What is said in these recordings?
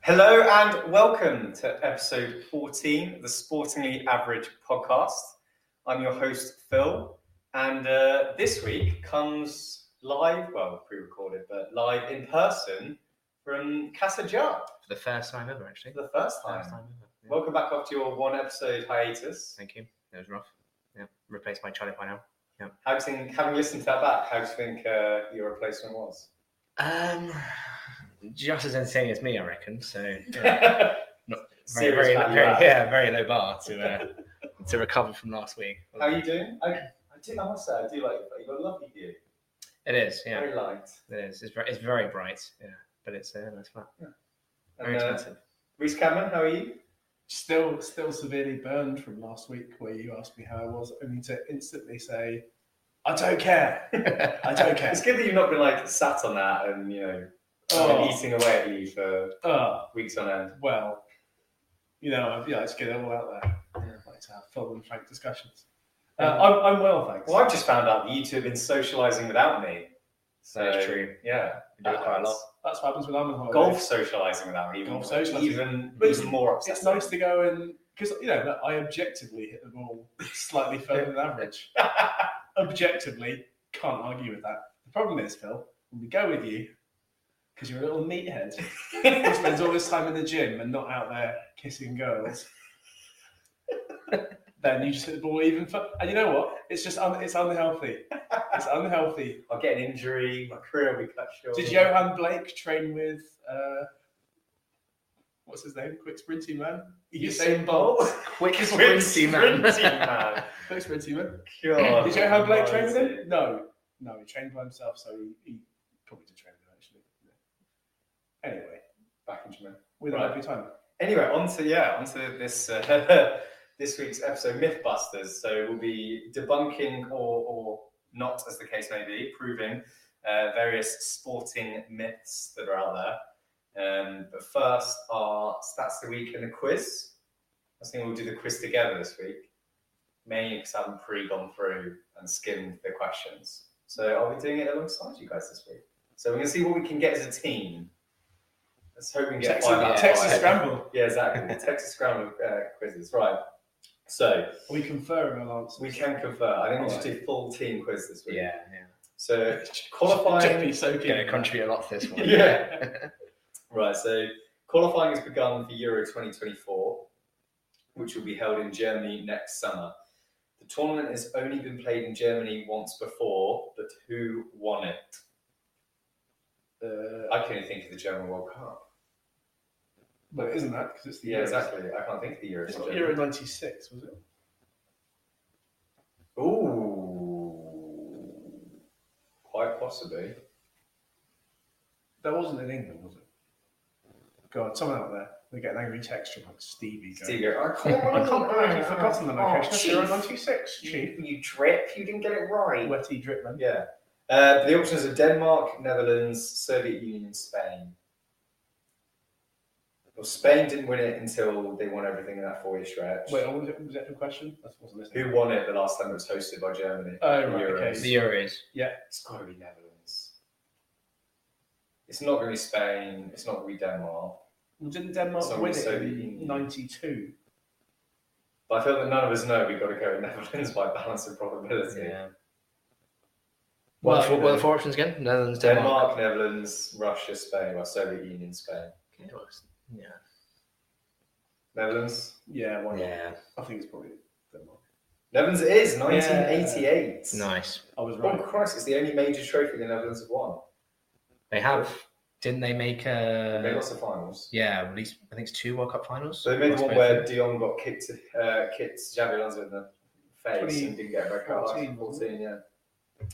Hello and welcome to episode 14, the Sportingly Average podcast. I'm your host, Phil, and uh, this week comes live, well, pre recorded, but live in person from Casa Jar for the first time ever, actually. for the first First time. time ever. yeah. Welcome back after your one episode hiatus. Thank you. That was rough. Yeah, replaced by Charlie by now. How do you think, having listened to that back, how do you think uh, your replacement was? Um, just as entertaining as me, I reckon. So yeah, Serious very, very, value very- add. yeah, very low bar to uh, to recover from last week. How are you doing? I, I do, I must say, I do like it. You've got a lovely view. It is, yeah, Very light. it is. It's very, it's very bright, yeah, but it's uh, nice flat. Very And, uh, expensive. Reese Cameron, how are you? Still, still severely burned from last week, where you asked me how I was, only to instantly say, "I don't care. I don't care." It's good that you've not been like sat on that and you know been oh, eating away at you for oh, weeks on end. well, you know, I'd yeah, let's get it all out there. I'd Like to have full and frank discussions. Uh, Yeah. I'm, I'm well, thanks. Well, I've just found out that you two have been socialising without me. So That is true. Yeah, We do it quite a lot. That's what happens when I'm on holiday. Golf socialising without me. Even, Golf socialising. even, But even more upset. It's nice to go and because you know that I objectively hit the ball slightly further than average. objectively, can't argue with that. The problem is, Phil, when we go with you, because you're a little meathead. who spends all this time in the gym and not out there kissing girls, then you just hit the ball even. Fur- and you know what? It's just un- it's unhealthy. It's unhealthy. I'll get an injury. My career will be cut short. Did Johan Blake train with uh, what's his name? Quick sprinting man. Usain Bolt? Quick Quick sprinty man. sprinty man. Quick sprinting man. God, Did Johan Blake train with almighty. him? No, no, he trained by himself, so he, he probably did train with him actually. Yeah. Anyway, Back in Jamaica. we're there Right. every time. Anyway, onto yeah, onto this uh, this week's episode, MythBusters. So we'll be debunking, or or not, as the case may be, proving uh, various sporting myths that are out there. Um, but first, our stats of the week and the quiz. I think we'll do the quiz together this week, mainly because I haven't pre-gone through and skimmed the questions. So I'll be doing it alongside you guys this week. So we're gonna see what we can get as a team. Let's hope we can get Texas, five out of Texas five. Scramble. Yeah, exactly. The Texas Scramble uh, quizzes, right? So We confirm our answers. we can confer. I think we should do full team quiz this week. Yeah, yeah. So qualifying. Jeffy Soaking. Going to contribute a lot to this one. yeah. right. So qualifying has begun for Euro 2024, which will be held in Germany next summer. The tournament has only been played in Germany once before, but who won it? Uh, I can only think of the German World Cup. Well, it isn't that because it's the Yeah, Euros. exactly. I can't think of the Euros. It's in not Germany. Euro '96, was it? Ooh, quite possibly. That wasn't in England, was it? God, someone out there, they're getting angry text from like Stevie. going, Stevie, I I can't, can't believe you've forgotten the location. It's Euro Oh, chief, '96, chief. you, you drip. You didn't get it right. Wetty Dripman. Yeah. Uh, the options are Denmark, Netherlands, Soviet Union, Spain. Well, Spain didn't win it until they won everything in that four-year stretch. Wait, what was it? Was that the question? That wasn't listening. Who won it the last time it was hosted by Germany? Oh, right, Euros. okay. The Euros. It's got to be Netherlands. It's not going to be Spain. It's not going to be Denmark. Well, didn't Denmark Someone win it said in in- '92? But I feel that none of us know we've got to go with Netherlands by balance of probability. Yeah. Well, Well, well, you well know. the four options again: Netherlands, Denmark. Denmark, Netherlands, Russia, Spain, well, Soviet Union, Spain. Yeah, well, it's- Yeah. Netherlands. Yeah, why not? Yeah. I think it's probably Denmark. Netherlands it is 1988. Nice. I was Oh right. Christ! It's the only major trophy the Netherlands have won. They have. Didn't they make they a? lost the finals. Yeah, at least I think it's two World Cup finals. So they made Or the one both. where Dion got kicked, uh, kicked Xabi Alonso in the face and didn't get a red card. 14, 14, yeah.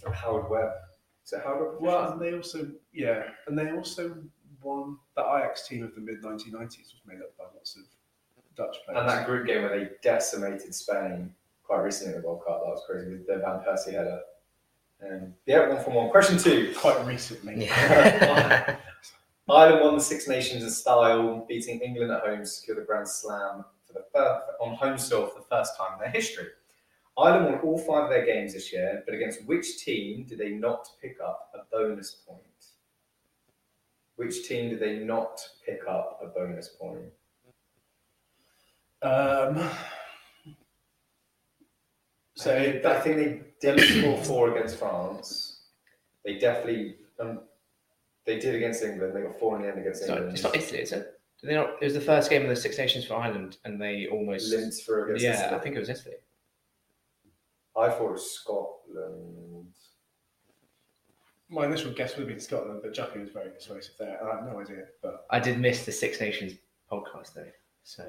And Howard Webb. So Howard Webb. Well, and they also yeah, and they also won the Ajax team of the mid 1990s was made up by lots of Dutch players. and that group game where they decimated Spain quite recently in the World Cup. That was crazy with the Van Persie header. Um, yeah, one for one. Question two. quite recently. Yeah. Ireland won the Six Nations in style, beating England at home to secure the Grand Slam for the first, on home soil for the first time in their history. Ireland won all five of their games this year, but against which team did they not pick up a bonus point? Which team did they not pick up a bonus point. Um, So so I think they did score four against France. They definitely um, they did against England. They got four in the end against It's not, England. it's not Italy, is it? Did They not, it was the first game of the Six Nations for Ireland, and they almost. Limped through against yeah, Italy. I think it was Italy. I thought it was Scotland. my initial guess would have been Scotland, but Jackie was very persuasive there. I have no idea, but I did miss the Six Nations podcast though, so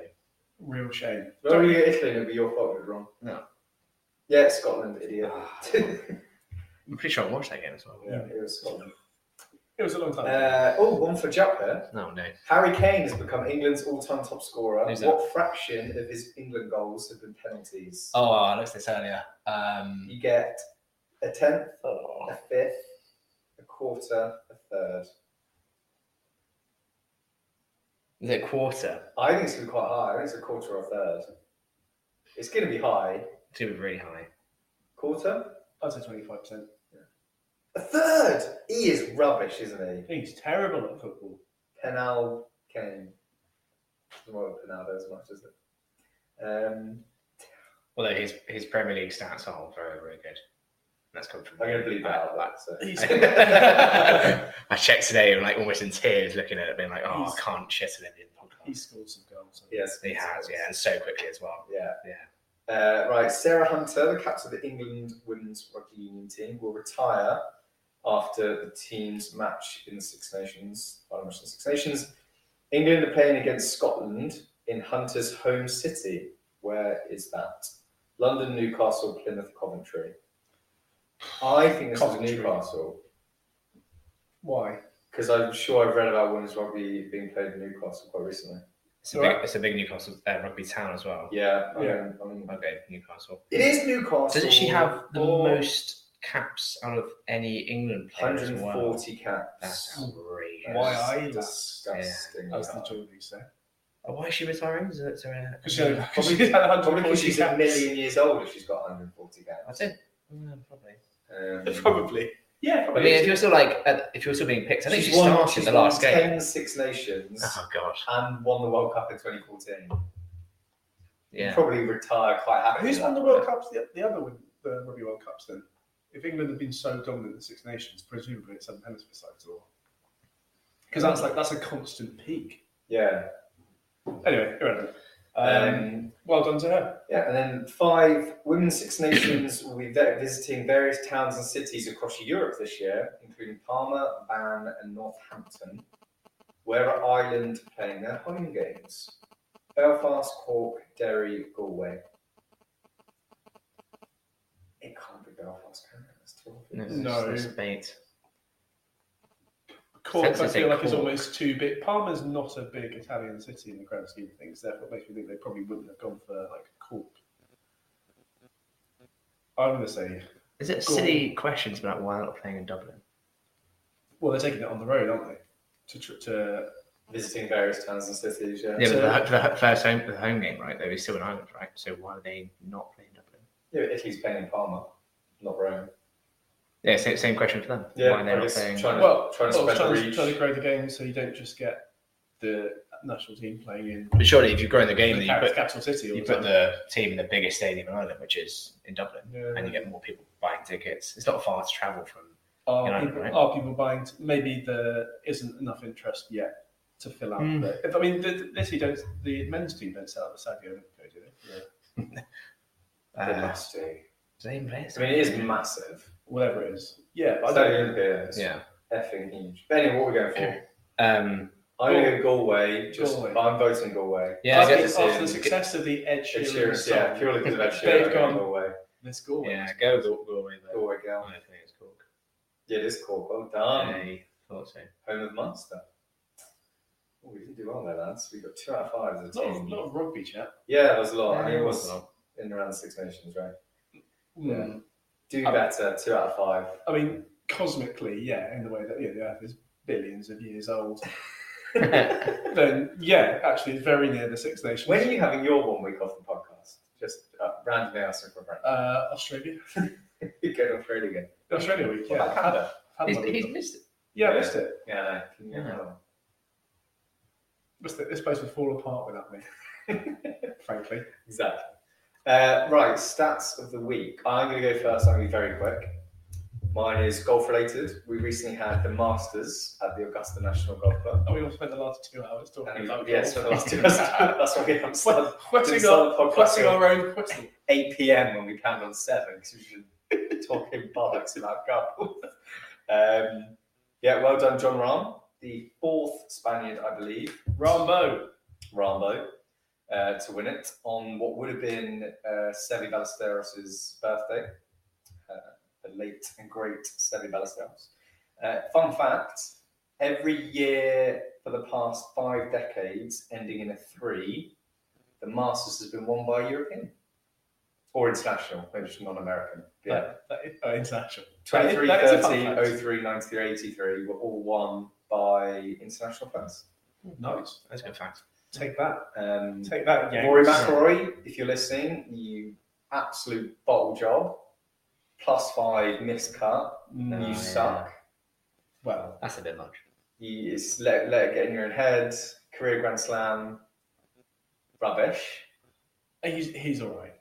real shame. No, we get Italy. It'd be your fault. You're wrong. No. Yeah, it's Scotland, idiot. I'm pretty sure I watched that game as well. yeah, it was Scotland. It was a long time. ago. Uh, oh, one for Japa. No, no. Harry Kane has become England's all-time top scorer. Who's that? What fraction of his England goals have been penalties? Oh, I looked this earlier. Um, You get a tenth, oh, a fifth, a quarter, a third. is it a quarter? I think it's going to be quite high. I think it's a quarter or a third. It's going to be high. It's gonna be really high. Quarter? I'd say twenty-five percent. A third! He is rubbish, isn't He's terrible at football. he? Penal Kane. Doesn't work with Penal as much, does it? Um, Although his his Premier League stats are very very good. That's come from. I'm going to bleep that out. I- That, so. He's- I I checked today, and like almost in tears, looking at it, being like, "Oh, He's- I can't shit an Indian podcast." He scored some goals. yes, he has, yeah, and so quickly as well. Yeah. Uh, right, Sarah Hunter, the captain of the England women's rugby union team, will retire after the team's match in the Six Nations. Final match in the Six Nations. England are playing against Scotland in Hunter's home city. Where is that? London, Newcastle, Plymouth, Coventry. I think this Coventry. is Newcastle Why? because I'm sure I've read about women's rugby being played in Newcastle quite recently. It's a Alright. big, it's a big Newcastle uh, rugby town as well. Yeah, I Yeah. mean- I mean- Okay, Newcastle. it is Newcastle. Doesn't she have the Or most caps out of any England player as well? 140 caps? That's outrageous. Why are you? disgusting. As the Geordies say. Oh, Why is she retiring? Is it, is there a- Because she Probably- Probably had 140 because she's a caps. million years old if she's got 140 That's pounds. it. Mm, probably. Um, Probably. Yeah, I probably. mean, if you're still like, at, if you're still being picked, I think she she's won- started she's the last won game. 10 Six Nations Oh gosh. and won the World Cup in 2014. Yeah. Probably retire quite happy. Who's with won the that. World Cups? The, the other one, the Rugby World Cups. Then, if England had been so dominant in the Six Nations, presumably it's Southern Hemisphere sides or because that's like that's a constant peak. Yeah. Anyway, irrelevant. Um, Um, well done to her. yeah. And then five women's Six Nations will be vi- visiting various towns and cities across Europe this year, including Parma, Van, and Northampton. Where are Ireland playing their home games? Belfast, Cork, Derry, Galway. It can't be Belfast, can it? That's twelve. it's No. just a spate. Cork, I Sense feel of like, is Cork. almost too big. Parma's not a big Italian city in the grand scheme of things. Therefore, it makes me think they probably wouldn't have gone for like Cork. I'm going to say, Is it a Go on. silly question to be like, why not playing in Dublin? well, they're taking it on the road, aren't they? To, tr- to Visiting various towns and cities, yeah. Yeah, So- but the, the first home, the home game, right? Though is still in Ireland, right? So why are they not playing Dublin? yeah, but Italy's playing in Parma, not Rome. Yeah, same, same question for them. Yeah, why are they I not guess playing? China- Well, well, Trying to well, spread the trying, reach. trying to grow the game so you don't just get the national team playing in but surely, if you've grown the game, the then you cap- put capital city. All you the put time. the team in the biggest stadium in Ireland, which is in Dublin, Yeah. and you get more people buying tickets. It's not far to travel from. are, United, people, right? are people buying? T- maybe there isn't enough interest yet to fill out. Mm. The, I mean, the, the, Italy don't, the men's team don't sell out the Sadio Olympico, do they? They Uh, must do. same place. I mean, it is massive. Whatever it is. Yeah, but I Stadium don't. Olympia is Yeah. effing huge. But anyway, what are we going for? Um, I'm going to go Galway. Just Galway. I'm voting Galway. Yeah, I after, guess it's after in- the success of the Ed Ed Sheeran Sheeran, song, yeah, purely because of Ed Sheeran. They've I'm going gone- Galway. let's go. yeah, go go go away there. Galway I girl. think it's Cork. Yeah, it is cool. Well done. I thought so. Home of Munster. Oh, we did do well there, lads. We got two out of five as There's a a lot of, team. lot of rugby chat. Yeah, that was a lot. Yeah, I mean, it it was was a lot. in around the Six Nations, right? Mm. Hmm. Yeah. Do Um, better. Two out of five. I mean, cosmically, yeah, in the way that yeah, the Earth is billions of years old, then yeah, actually, it's very near the Six Nations. When are you having your one week off the podcast? Just uh, randomly asking for a friend. uh, Australia, You go to Australia again. Australia week, What yeah, about I've had, Canada? I've had He's, one of he's them. missed it. yeah, I Yeah. missed it. Yeah, no. Can you Yeah. have one? Must think this place would fall apart without me, frankly. Exactly. Uh, right, stats of the week. I'm going to go first. I'm going to be very quick. Mine is golf related. We recently had the Masters at the Augusta National Golf Club. And we all spent the last two hours talking And about yeah, so the last two hours- that's why we haven't started golf. Whetting Didn't our, start the podcast whetting yet. our own whistle. 8 p.m. when we planned on 7 because we were talking bollocks about couples. Um, yeah, well done, John Rahm, the fourth Spaniard, I believe, Rambo. Rambo, uh, to win it on what would have been uh, Seve Ballesteros' birthday, uh, the late and great Seve Ballesteros. Uh, fun fact every year for the past five decades, ending in a three, the Masters has been won by a European or international, maybe just non American. Yeah. oh That, that is, oh, international. That is- 23, that is a fun 30, fact. 03, 93, 83 were all won by international players. Nice. That's a good fact. Take that. Um, Take that, Yanks. Rory McIlroy, if you're listening, you absolute bottle job. Plus five, missed cut. No, you yeah. suck. Mm. Well, That's a bit much. You, it's let, let it get in your own head. Career Grand Slam. Rubbish. he's, he's all right.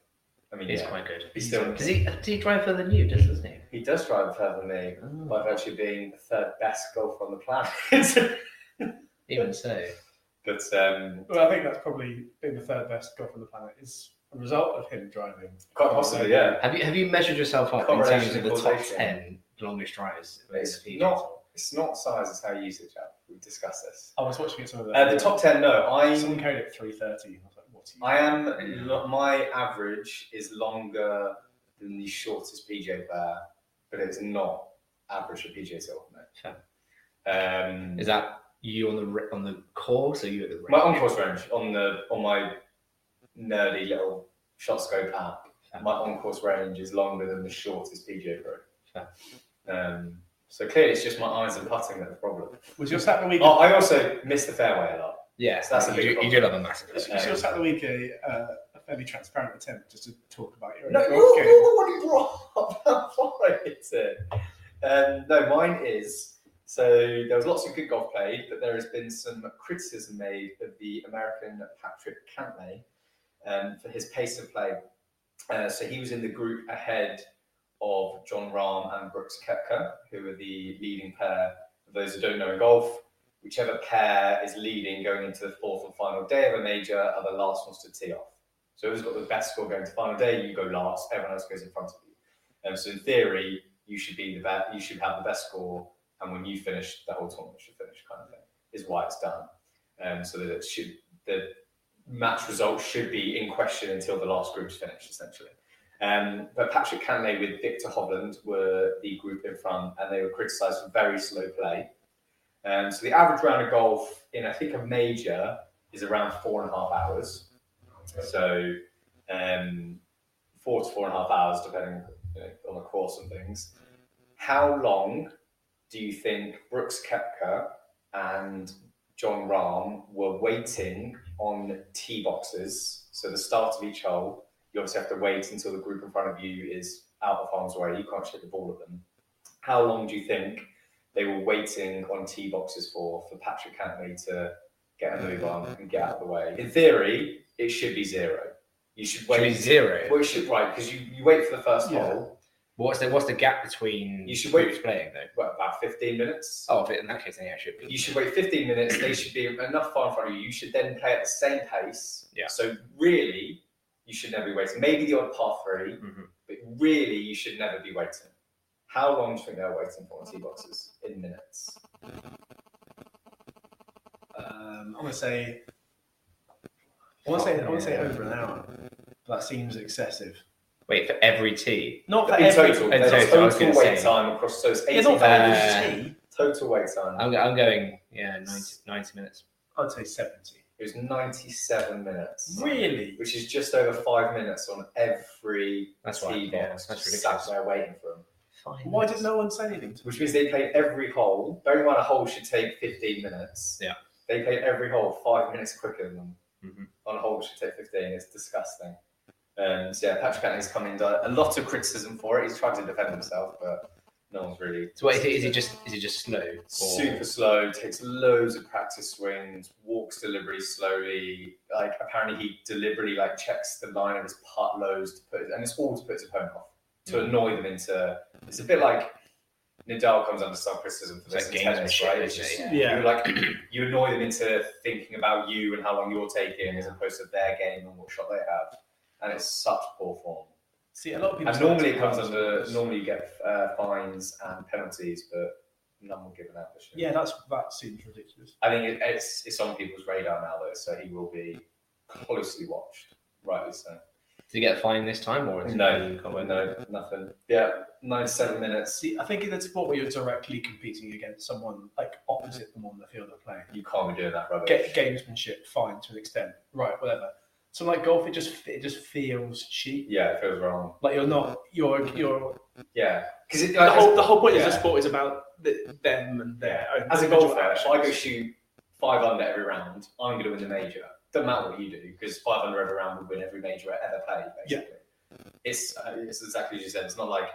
I mean, It's yeah, quite good. he's still. Does he, does he drive further than you, does, doesn't he? He does drive further than me by virtue of being the third best golfer on the planet. Even so. but um, Well, I think that's probably been the third best golf on the planet. Is a result of him driving. quite possibly, yeah. Have you have you measured yourself up in Correlation terms of and the top causation. ten longest drivers? in It's the PGA not- Tour? It's not size, it's how you use it, chap. We've discussed this. I was watching it some of the. Uh, the top 10, no. I'm Someone carried it three thirty. I was like, what? Are I you am. lo- My average is longer than the shortest PJ bear, but it's not average for PJ Tour. No. Um, Is that you on the ri- on the course or you at the my range? on-course range on the on my nerdy little shot scope app? My on-course range is longer than the shortest PJ Pro. Um, so clearly, it's just my eyes and putting that are the problem. Was your Saturday week? Oh, I also miss the fairway a lot. Yes, That's a you, big do- problem. Uh, you do have a massive. was was your Saturday week a, uh, a fairly transparent attempt just to talk about your own No, golf you're game? the one who brought up that fight. It's it. Um, no, mine is. So there was lots of good golf played, but there has been some criticism made of the American Patrick Cantlay um, for his pace of play. Uh, so he was in the group ahead of John Rahm and Brooks Koepka, who are the leading pair. For those who don't know in golf, whichever pair is leading going into the fourth and final day of a major are the last ones to tee off. So whoever's got the best score going to final day, you go last. Everyone else goes in front of you. Um, so in theory, you should be the best. You should have the best score, and when you finish, the whole tournament should finish. Kind of thing is why it's done. Um, so that it should the match result should be in question until the last group's finished, essentially. Um, but Patrick Canley with Victor Hovland were the group in front, and they were criticised for very slow play. Um, so the average round of golf in I think a major is around four and a half hours. So um, four to four and a half hours, depending you know, on the course and things. How long do you think Brooks Koepka and John Rahm were waiting on tee boxes? So the start of each hole, you obviously have to wait until the group in front of you is out of harm's way. You can't shoot the ball at them. How long do you think they were waiting on tee boxes for for Patrick Cantley to get a move on and get out of the way? In theory, it should be zero. You should wait. Should be zero. Well, you should, right, because you, you wait for the first Yeah. hole, What's the what's the gap between You should wait- groups playing though? what, about 15 minutes? Oh, but in that case, then yeah, it should be. You should wait 15 minutes. They should be enough far in front of you. You should then play at the same pace. Yeah. So really, you should never be waiting. Maybe the odd par three, Mhm. but really, you should never be waiting. How long do you think they're waiting for on tee boxes in minutes? Um, I want to say. I want to say. I want to say over an hour. But that seems excessive. Wait for every tee. Not for in every. total, in there's total, I was total gonna wait say. time across those Yeah, 18 not for Uh, hours. every tee. total wait time. I'm, I'm going yeah 90, 90 minutes. I'd say seventy. It was 97 minutes, Really? which is just over five minutes on every That's tee right. box. Yeah, that's just sat ridiculous. there waiting for them. Fine. Why did no one say anything to me? Which means they played every hole. Bearing in mind, a hole should take 15 minutes. Yeah. They played every hole five minutes quicker than them. Mhm. On a hole, which should take 15. It's disgusting. Um, so, yeah, Patrick Cantley's come in. A lot of criticism for it. He's tried to defend himself, but no one's really So what is it? Is it just is it just slow? Or... super slow, takes loads of practice swings, walks deliberately slowly. Like apparently he deliberately like checks the line of his putt lows to put, and it's all to put his opponent off to Mm. annoy them into. It's a bit like Nadal comes under some criticism for this It's like in tennis, gamesmanship, right? It's isn't just, it? Yeah. You like you annoy them into thinking about you and how long you're taking as opposed to their game and what shot they have, and it's such poor form. See, a lot of people. And normally it comes under normally you get uh, fines and penalties, but none were given out this year. Yeah, that's that seems ridiculous. I think it, it's it's on people's radar now though, so he will be closely watched. Rightly so. Did you get a fine this time or is it No, Can't remember. no, nothing. Yeah, ninety-seven minutes. See, I think in a sport where you're directly competing against someone like opposite them on the field of play, You can't be doing that rubbish. get gamesmanship, fine to an extent, right, whatever. So like golf, it just it just feels cheap. Yeah, it feels wrong. Like you're not you're you're Yeah, because the whole the whole point is yeah. the sport is about the, them and their own as a individual golfer, if I go actions. shoot five under every round, I'm going to win the major. Doesn't matter what you do, because five under every round would win every major I ever played. Basically, it's uh, it's exactly as you said. It's not like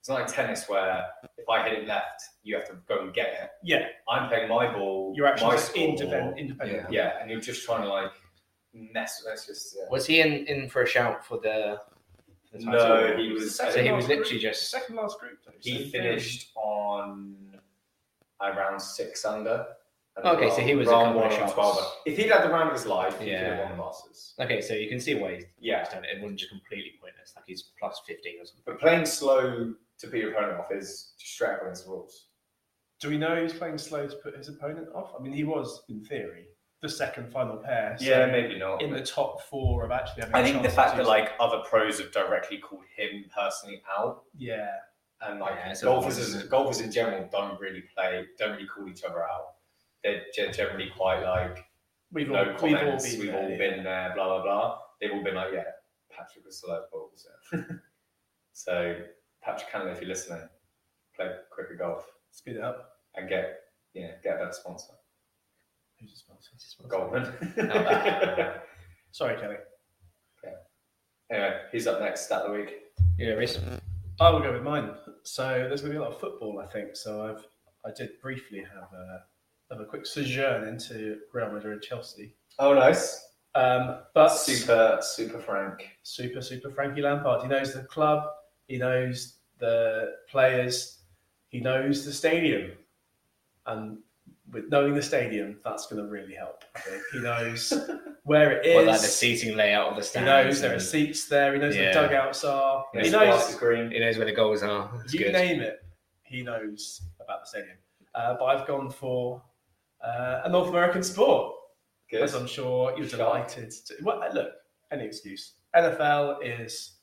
it's not like tennis where if I hit it left, you have to go and get it. yeah, I'm playing my ball. you're my actually score. independent, independent. Yeah. Yeah, and you're just trying to like mess. That's just yeah. Was he in, in for a shout for the? the title? No, he was- So he was literally The just. second last group though. so he finished on around six under. and Okay, so he was a round couple one of around shots. 12 under. If he'd had the round of his life, he Yeah. could have won the Masters. Okay, so you can see why he's Yeah, done it. It wasn't just completely pointless. Like he's plus fifteen or something. But playing slow to beat your opponent off is just straight up against the rules. Do we know he was playing slow to put his opponent off? I mean, he was in theory the second final pair. so maybe not. in the top four of actually having. I a think the chance fact to that do- like other pros have directly called him personally out, yeah, and like Yeah, it's golfers, annoying. as, golfers in general don't really play, don't really call each other out. They're ge- generally quite like we've all no we've all comments. been We've there, all yeah. been there, blah blah blah. They've all been like, yeah, Patrick was slow balls. Yeah. so Patrick Cannon, if you're listening, play quicker golf Speed it up. and get yeah get that sponsor, Who's the sponsor? Goldman. No. Sorry, Kelly. Anyway, who's up next? Stat of the week. Yeah, Reese. I will go with mine. So there's going to be a lot of football, I think. So I've I did briefly have a have a quick sojourn into Real Madrid, Chelsea. Oh, nice. Um, but super, super frank. super, super Frankie Lampard. He knows the club, he knows the players, he knows the stadium. And with knowing the stadium, that's going to really help. I think. He knows where it is. Well, like the seating layout of the he stands. knows there are and seats there. He knows Yeah. the dugouts are. You he know, the grass is knows. green. He knows where the goals are. That's You good. name it, he knows about the stadium. Uh, but I've gone for uh, a North American sport. Good. As I'm sure you're Shark. delighted to. Well, uh, look, any excuse. NFL is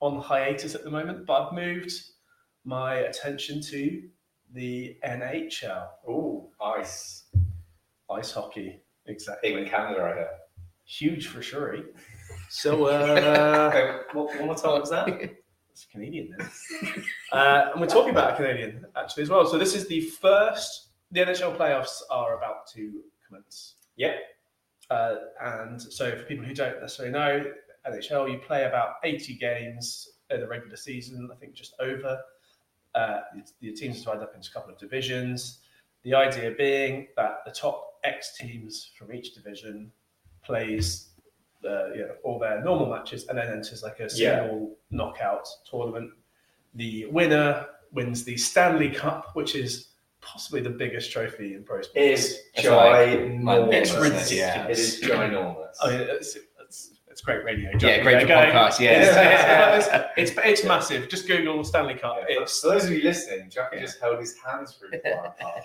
on hiatus at the moment, but I've moved my attention to the NHL, Ooh, ice. ice hockey. Exactly. Big in Canada, right here. Huge for sure. So, uh, Okay, what, one more time, was that? It's Canadian then. uh, and we're talking about a Canadian actually as well. So this is the first. The NHL playoffs are about to commence. Yeah. Uh, and so, for people who don't necessarily know, NHL, you play about 80 games in the regular season, I think just over. Uh, it's- the teams divide up into a couple of divisions. The idea being that the top X teams from each division plays uh, you know, all their normal matches and then enters like a Yeah. single knockout tournament. The winner wins the Stanley Cup, which is possibly the biggest trophy in pro sports. It is It's ginormous. like- It's ridiculous. It is ginormous. I mean, it's, it's, it's great radio. yeah, great for Going- podcast. Yeah. It's, it's, it's, it's massive. Just Google Stanley Cup. Yeah, for- It's for those of you listening, Jackie Yeah. just held his hands really far apart.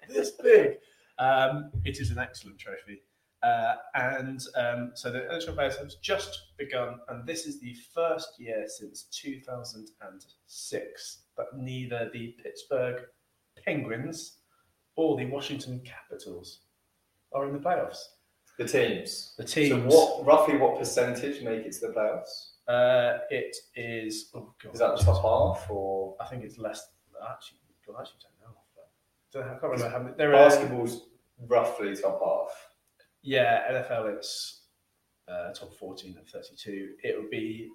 this big. Um, it is an excellent trophy. Uh, and um, so the NHL players have just begun, and this is the first year since 2006 that neither the Pittsburgh Penguins or the Washington Capitals are in the playoffs. The teams. The So, teams, what roughly what percentage make it to the playoffs? uh, it is, oh God, Is that the top half or I think it's less. I actually, I actually don't know. But don't, I can't remember how many. There uh, are basketball's roughly top half? yeah, NFL. It's uh, top fourteen and thirty-two. It would be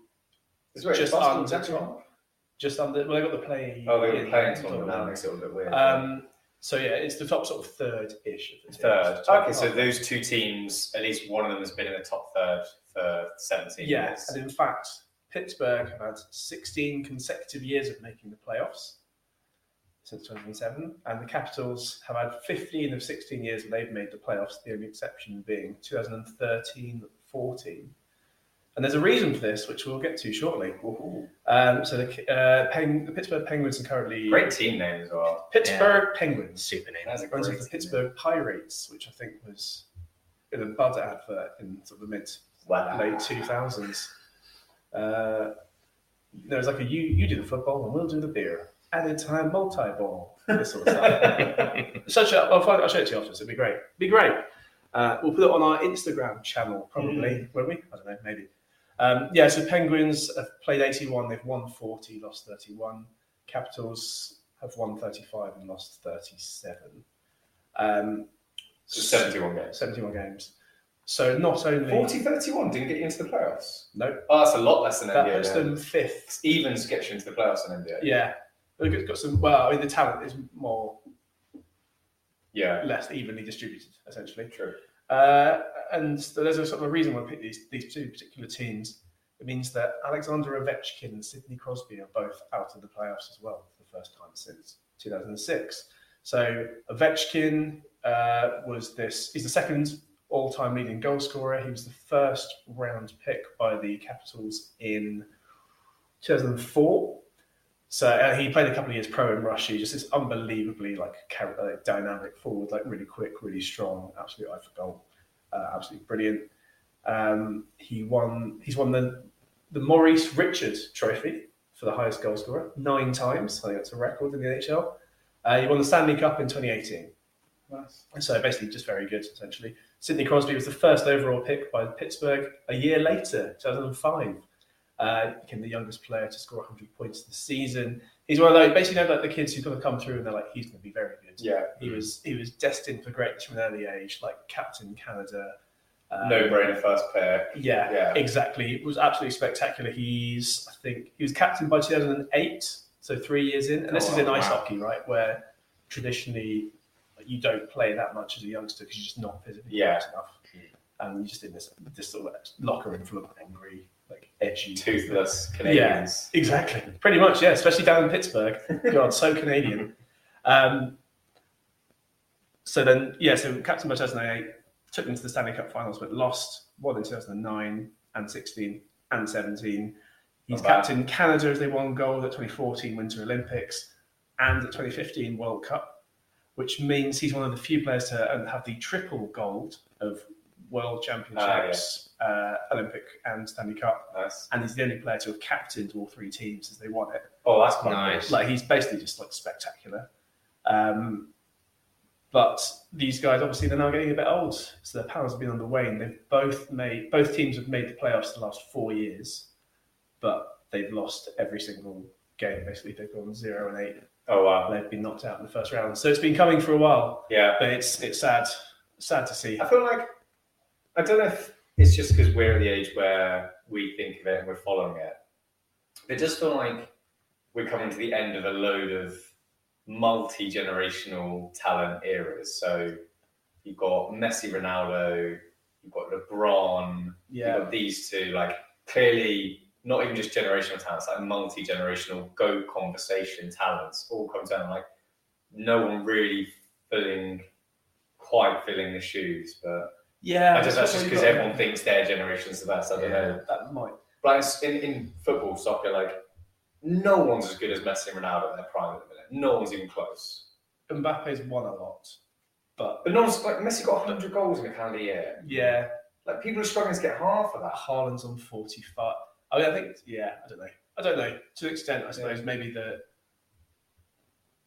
Is it right? Just Basketball's under actually- just under. Well, they got the play. Oh, they were in playing tournament. tournament. That makes it a little bit weird. Um, so yeah, it's the top sort of Oh, third ish. third. Okay, so those two teams, at least one of them has been in the top third for 17 yeah, years. and in fact, Pittsburgh have had 16 consecutive years of making the playoffs since 2007, and the Capitals have had 15 of 16 years that they've made the playoffs. The only exception being 2013-14. And there's a reason for this, which we'll get to shortly. Ooh, Um, so the, uh, Peng- the Pittsburgh Penguins are currently Great team name as well. Pittsburgh Penguins. Super name. That's a great Runs team with the name. Pittsburgh Pirates, which I think was in a Bud advert in sort of the mid Wow. late two thousands. Uh, there was like a you you do the football and we'll do the beer. Added time multi ball. This sort of stuff. Search it up. I'll find. I'll show it to you afterwards. It'd be great. Be great. Uh, we'll put it on our Instagram channel probably, won't we? I don't know. Maybe. Um, yeah. So Penguins have played eighty one. They've won forty, lost thirty one. Capitals have won thirty five and lost thirty seven. Um, So 71 games. 71 games. So not only 40 31 didn't get you into the playoffs. no, Oh, that's a lot less than that NBA. puts then. them fifth. Evens gets you into the playoffs in NBA. Yeah, they've got some. Well, I mean, the talent is more Yeah. less evenly distributed, essentially. True. Uh, and so there's a sort of a reason why I picked these these two particular teams. It means that Alexander Ovechkin and Sidney Crosby are both out of the playoffs as well for the first time since 2006. So Ovechkin uh, was this. He's the second all-time leading goal scorer. He was the first round pick by the Capitals in 2004. So uh, he played a couple of years pro in Russia. He's just this unbelievably like char- uh, dynamic forward, like really quick, really strong, absolute eye for goal, uh, absolutely brilliant. Um, he won. He's won the the Maurice Richard Trophy for the highest goal scorer nine times. I think that's a record in the NHL. Uh, he won the Stanley Cup in 2018. Nice. So basically, just very good, essentially. Sidney Crosby was the first overall pick by Pittsburgh a year later, 2005. Uh, became the youngest player to score 100 points this season. He's one of those, basically, you know, like the kids who've got to come through and they're like, he's going to be very good. Yeah. He was he was destined for greatness from an early age, like captain Canada. Uh, No brainer first pair. Yeah, Yeah. exactly. It was absolutely spectacular. He's, I think, he was captain by 2008, so three years in. And this Oh, is in wow. ice hockey, right, where traditionally like, you don't play that much as a youngster because you're just not physically Yeah. Hmm. fit enough. And you're just in this this sort of like, locker room full of angry, like edgy. Toothless Canadians. Exactly. Pretty much, yeah. Especially down in Pittsburgh. God, so Canadian. Um, so then, yeah. So Captain by 2008 took them to the Stanley Cup Finals, but lost one in 2009 and 16 and 17. He's Not bad. captain Canada as they won gold at 2014 Winter Olympics and at 2015 World Cup, which means he's one of the few players to um, have the triple gold of World Ah, Championships, uh, Olympic, and Stanley Cup Nice. and he's the only player to have captained all three teams as they won it. Oh, that's quite Nice. Like he's basically just like spectacular. Um, but these guys obviously they're now getting a bit old, so their powers have been on the wane. They've both made both teams have made the playoffs the last four years, but they've lost every single game. Basically, they've gone zero and eight. cool. Oh, wow. They've been knocked out in the first round, so it's been coming for a while. Yeah. But it's it's sad, sad to see. I feel like I don't know if it's just because we're at the age where we think of it and we're following it. But it does feel like we're coming to the end of a load of multi generational talent eras. So you've got Messi, Ronaldo, you've got LeBron, Yeah, you've got these two. Like clearly, not even just generational talents, like multi generational go conversation talents all come down. Like no one really filling, quite filling the shoes, but. yeah. I just that's just what because you've got. everyone thinks their generation's the best. I don't know. that might. But it's- in, in football, soccer, like no one's as good as Messi and Ronaldo in their prime at the minute. No one's even close. Mbappe's won a lot, but But no one's like Messi got 100 goals in a calendar year. Yeah, Like people are struggling to get half of that. Haaland's on 45. I mean, I think, yeah, I don't know. I don't know. To an extent, I suppose, maybe the.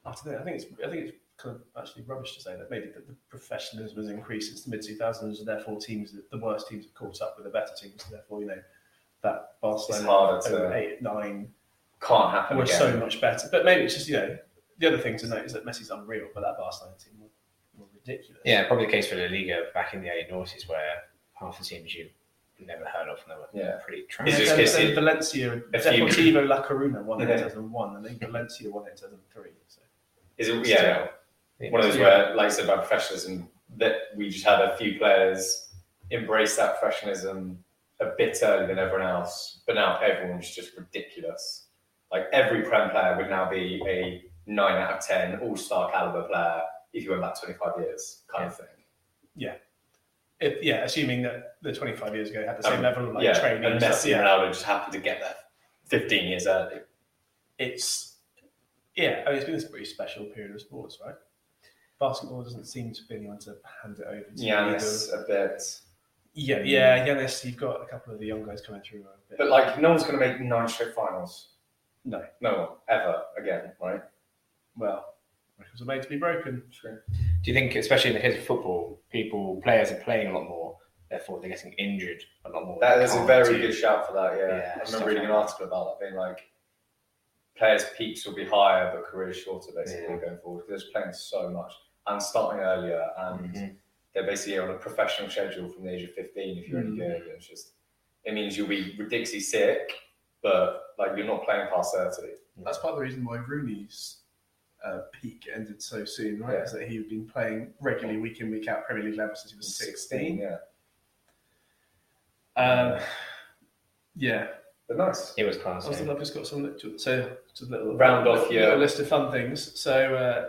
I don't know. I think it's, I think it's kind of actually rubbish to say that maybe the, the professionalism has increased since the mid 2000s, and therefore teams, that- the worst teams have caught up with the better teams, and therefore, you know, that Barcelona harder to- 08, 9 Can't happen were again. so much better. But maybe it's just, you know, the other thing to note is that Messi's unreal, but that Barcelona team were, were ridiculous. Yeah, probably the case for La Liga back in the early noughties where half the teams you never heard of. and They were Yeah. pretty trash. Is And this then- his- then Valencia, a few- Deportivo La Coruña won it Yeah. in 2001, and then Valencia won it in 2003. So. Is it yeah, one of those where, like I said about professionalism, that we just had a few players embrace that professionalism a bit earlier than everyone else, but now everyone's just ridiculous. Like every Prem player would now be a nine out of ten All Star caliber player if you went back twenty five years, kind of thing. If, yeah, assuming that the 25 years ago had the same Um, level of like yeah, training. and and stuff, Messi yeah. and Ronaldo just happened to get there fifteen years early. it's yeah, I mean, it's been this pretty special period of sports, right? Basketball doesn't seem to be anyone to hand it over to. Giannis a bit. either. Yeah, yeah, Giannis. You've got a couple of the young guys coming through. are A bit. But like, no one's going to make nine straight finals. No. no one ever again, right? well, records are made to be broken. True. Do you think, especially in the case of football, people players are playing a lot more, therefore they're getting injured a lot more? That They is a can't very do- good shout for that. Yeah, Yeah, I stuff remember reading like an that. article about that, being like, players' peaks will be higher but careers shorter basically Yeah. going forward because they're playing so much and starting earlier, and Mhm. they're basically on a professional schedule from the age of fifteen if you're Mm-hmm. any good. and It's just it means you'll be ridiculously sick, but like you're not playing past thirty. That's part of the reason why Rooney's uh, peak ended so soon, right? Yeah. Is that he'd been playing regularly week in week out Premier League level since he was 16. yeah, Um, yeah, but nice. It was class. Austin yeah. Love has got some little, so just a little Round off your- little list of fun things. So, uh,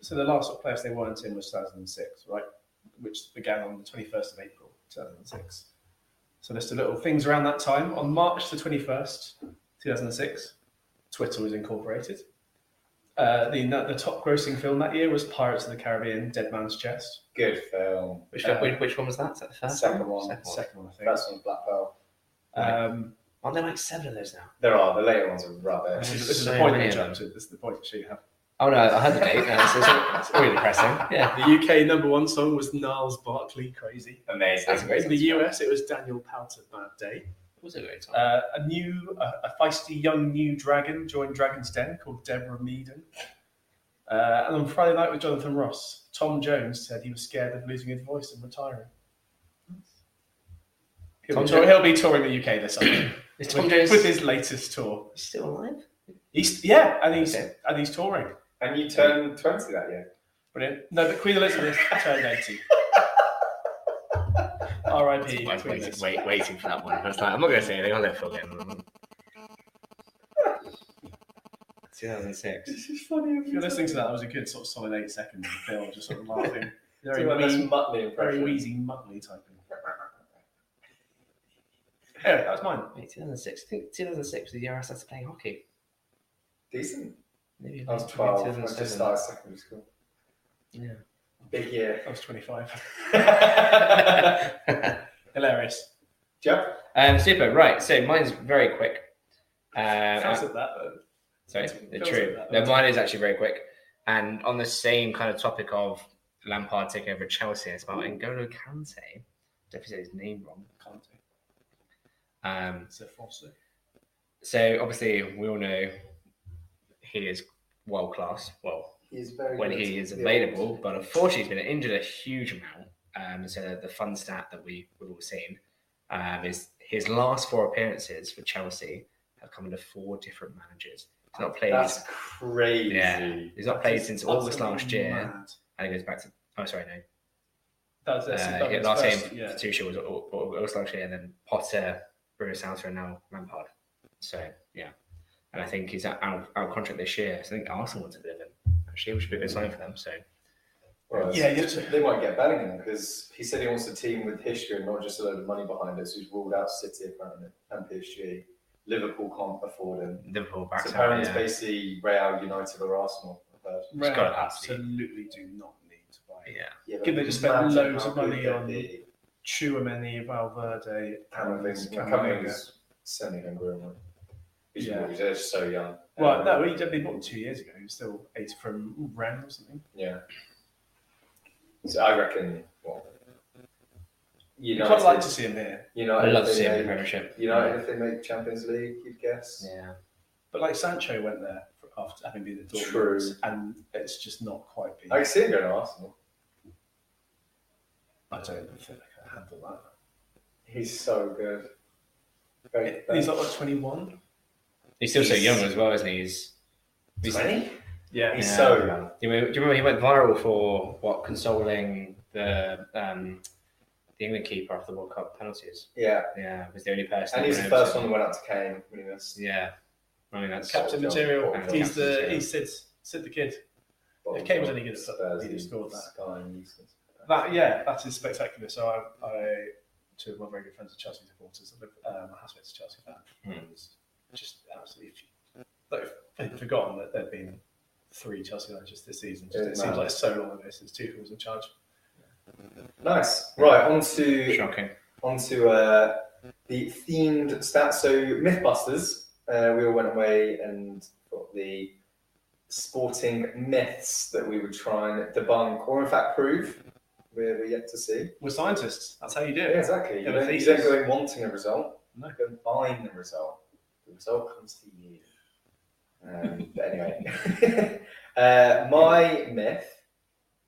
so the last sort of place they weren't in was 2006, right? Which began on the 21st of April 2006. So, just a little things around that time. On March the 21st, 2006, Twitter was incorporated. Uh, the the top grossing film that year was Pirates of the Caribbean: Dead Man's Chest. Good film. Which, Uh, which, which one was that? Is that the first Second one. Second one. Second one, I think. First one's Black Pearl. Um, Aren't there like seven of those now? There are the later ones are this, rubbish. is, this is the So point. many that of them. jumps in. This is the point that you have. Oh no, I had the date. No, it's, it's, it's already depressing. Yeah. The UK number one song was Niles Barkley, Crazy. Amazing. That's In the US, it was Daniel Powter, Bad Day. It was a great time. Uh, a new, a, a feisty young new dragon joined Dragon's Den called Deborah Meaden. Uh, and on Friday night with Jonathan Ross, Tom Jones said he was scared of losing his voice and retiring. He'll, Tom be, tour- Jo- he'll be touring the UK this summer Is Tom with, Jones with his latest tour. still alive? He's yeah, and he's Okay. and he's touring. And you turned 20 that year. Brilliant. No, but Queen Elizabeth turned eighty. R.I.P. I was Queen waiting, Elizabeth. wait, waiting for that one. I was like, I'm not going to say anything. I'll let Phil get in. 2006. This is funny. If you're listening to that, that was a good sort of solid eight seconds of Phil just sort of laughing. Very, Very wee, Muttley very impression. wheezy, muddly typing. Anyway, that was mine. Wait, 2006. I think 2006 was the year I started playing hockey. Decent. Maybe I was 12. I just started secondary school. Yeah. Big year. That was 25. Jeff? Hilarious. Um, super. Right. So mine's very quick. I Uh, said that, but sorry. Phil The said true. that. No, mine is actually very quick. And on the same kind of topic of Lampard taking over Chelsea, it's about N'Golo Kante. Definitely said his name wrong. can't do. Um, It's a false. so obviously we all know he is world class. Well, He's very when he is available, but unfortunately, he's been injured a huge amount. Um, so the fun stat that we we've all seen um, is his last four appearances for Chelsea have come under four different managers. He's not played. That's crazy. yeah, he's not played since August Utterly last year, mad. and he goes back to. Oh, sorry, no. That was, that's, Uh, that yeah, was last first, game yeah. for Tuchel was Au- Au- August last year, and then Potter, Bruno Souter, and now Lampard. So yeah, and I think he's out out out of contract this year. So I think Arsenal wants to bit of him. Actually, which would be a good sign for them. So Well, Yeah, it's- you- they might get Bellingham because he said he wants a team with history and not just a load of money behind it. So he's ruled out City apparently and PSG. Liverpool can't afford him. Liverpool backs so out. apparently yeah. it's basically Real, United, or Arsenal. I've heard. Real got it absolutely. absolutely do not need to buy Yeah. Yeah, Give but they just spend imagine loads how of money good they'd on- be. Chouameni, Valverde, Cummings, Camavinga. Cummings, sending him room. He's Yeah. they're just so young. Well, Um, no, he did. He bought him two years ago. He was still eight from Ren or something. Yeah. So I reckon. Well, You you would quite like to know, see him here, you know, I love if they seeing the make, Premiership. you know, if they make Champions League, you'd guess. yeah. but like Sancho went there for- after having been at Dortmund, True. and it's just not quite been. I I, can see him going to Arsenal. don't think I can handle that. He He's so good. Very, very- He's not like 21. He's still so He's- young as well, isn't he? He's, he's- yeah, he's Yeah. so young. Do you, remember, do you remember he went viral for what consoling the um, the England keeper after the World Cup penalties? Yeah, Yeah, was the only person. and that he's the went first over one to- that went out to Kane when he was Yeah, I mean that's Captain Sort of material. young. He's the Yeah. he's Sid Sid the kid. If Kane was any good at football, he'd have scored that. That yeah, that is spectacular. So I, I two of my very good friends are Chelsea supporters. and, Uh, my housemate's a Chelsea fan. Hmm. It's Just absolutely, f- like they've forgotten that there've been three Chelsea managers this season. Just, Yeah, it seems man. like so long ago since Tuchel was in charge. Nice. Right, on to shocking. onto uh, the themed stats. So MythBusters, uh, we all went away and got the sporting myths that we would try and debunk, or in fact prove. We're, we're yet to see. We're scientists. That's how you do Yeah, it. exactly. You Yeah, don't, but you these- don't go in wanting a result. No. You go and find the result. The result comes to you. Um, but anyway, uh, my myth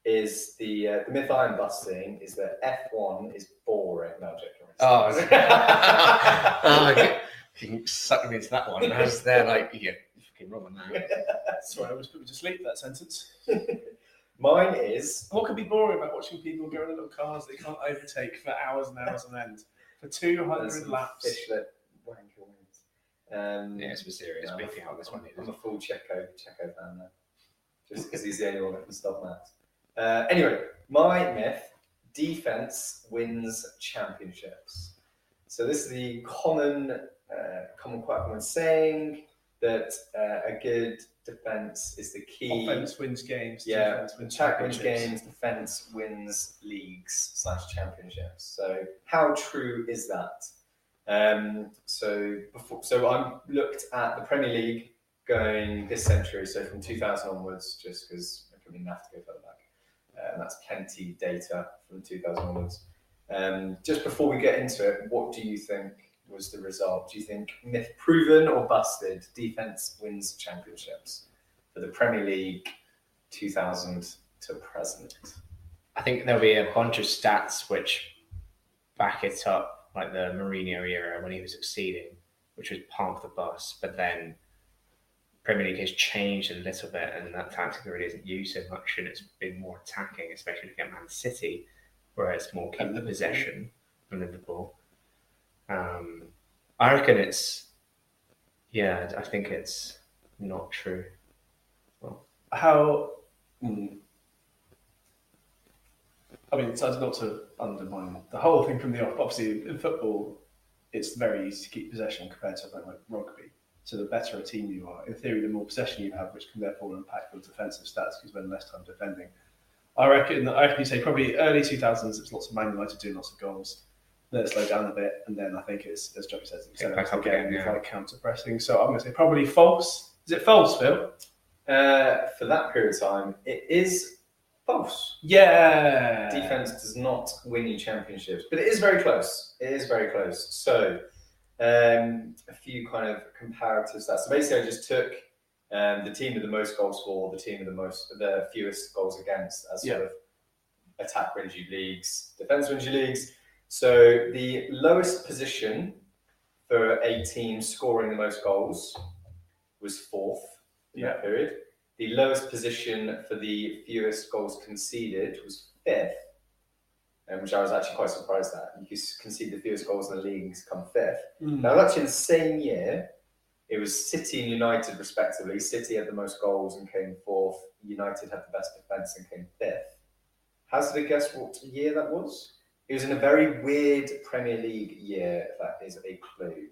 is the uh, the myth I'm busting is that F1 is boring. No, I'm joking. Oh, oh okay. you can suck me into that one. I was there like, yeah, you're fucking wrong on that. Sorry, I was put me to sleep that sentence. Mine is What could be boring about watching people go in little cars they can't overtake for hours and hours on end for two There's hundred some laps? Fishlet wanker wings. Um, Yeah, it's for serious. no, I'm, Big thing out this one. I'm a full Checo Checo fan now, just because he's the only one that can stop Max. Uh, anyway, my myth: defense wins championships. So this is the common, uh, common, quite common saying that uh, a good defense is the key. Offense wins games. Yeah, defense wins Attack wins championships. games, defense wins leagues slash championships. So how true is that? Um, so before, so I looked at the Premier League going this century, so from 2000 onwards, just because I probably have to go further back, uh, and that's plenty data from 2000 onwards. Um, just before we get into it, what do you think was the result? Do you think myth proven or busted? Defense wins championships for the Premier League 2000 to present. I think there'll be a bunch of stats which back it up, like the Mourinho era when he was succeeding, which was pump the bus. But then Premier League has changed a little bit, and that tactic really isn't used so much, and it's been more attacking, especially looking at Man City, where it's more keep And the Liverpool. possession and Liverpool. Um, I reckon it's, yeah, I think it's not true. How? mm. I mean, it's not to undermine the whole thing from the off. Obviously, in football, it's very easy to keep possession compared to something like rugby. So the better a team you are, in theory, the more possession you have, which can therefore impact your defensive stats because you spend less time defending. I reckon I reckon you say probably early two thousands. It's lots of Man United doing lots of goals. Then it slowed down a bit, and then I think it's as Joey says, it's Pick back up again, again, with yeah. like counter pressing. So I'm going to say probably false. Is it false, Phil? Uh, for that period of time, it is false. Yeah. Defense does not win you championships, but it is very close. It is very close. So, um, a few kind of comparative stats. So basically, I just took um, the team with the most goals for, the team with the most, the fewest goals against, as sort of attack wins you leagues, defense wins you leagues. So the lowest position for a team scoring the most goals was fourth in that period. The lowest position for the fewest goals conceded was fifth, um, which I was actually quite surprised at. You could concede the fewest goals in the leagues come fifth. Hmm. Now, actually, in the same year, it was City and United, respectively. City had the most goals and came fourth. United had the best defence and came fifth. Hazard a guess what year that was? It was in a very weird Premier League year. if That is a clue.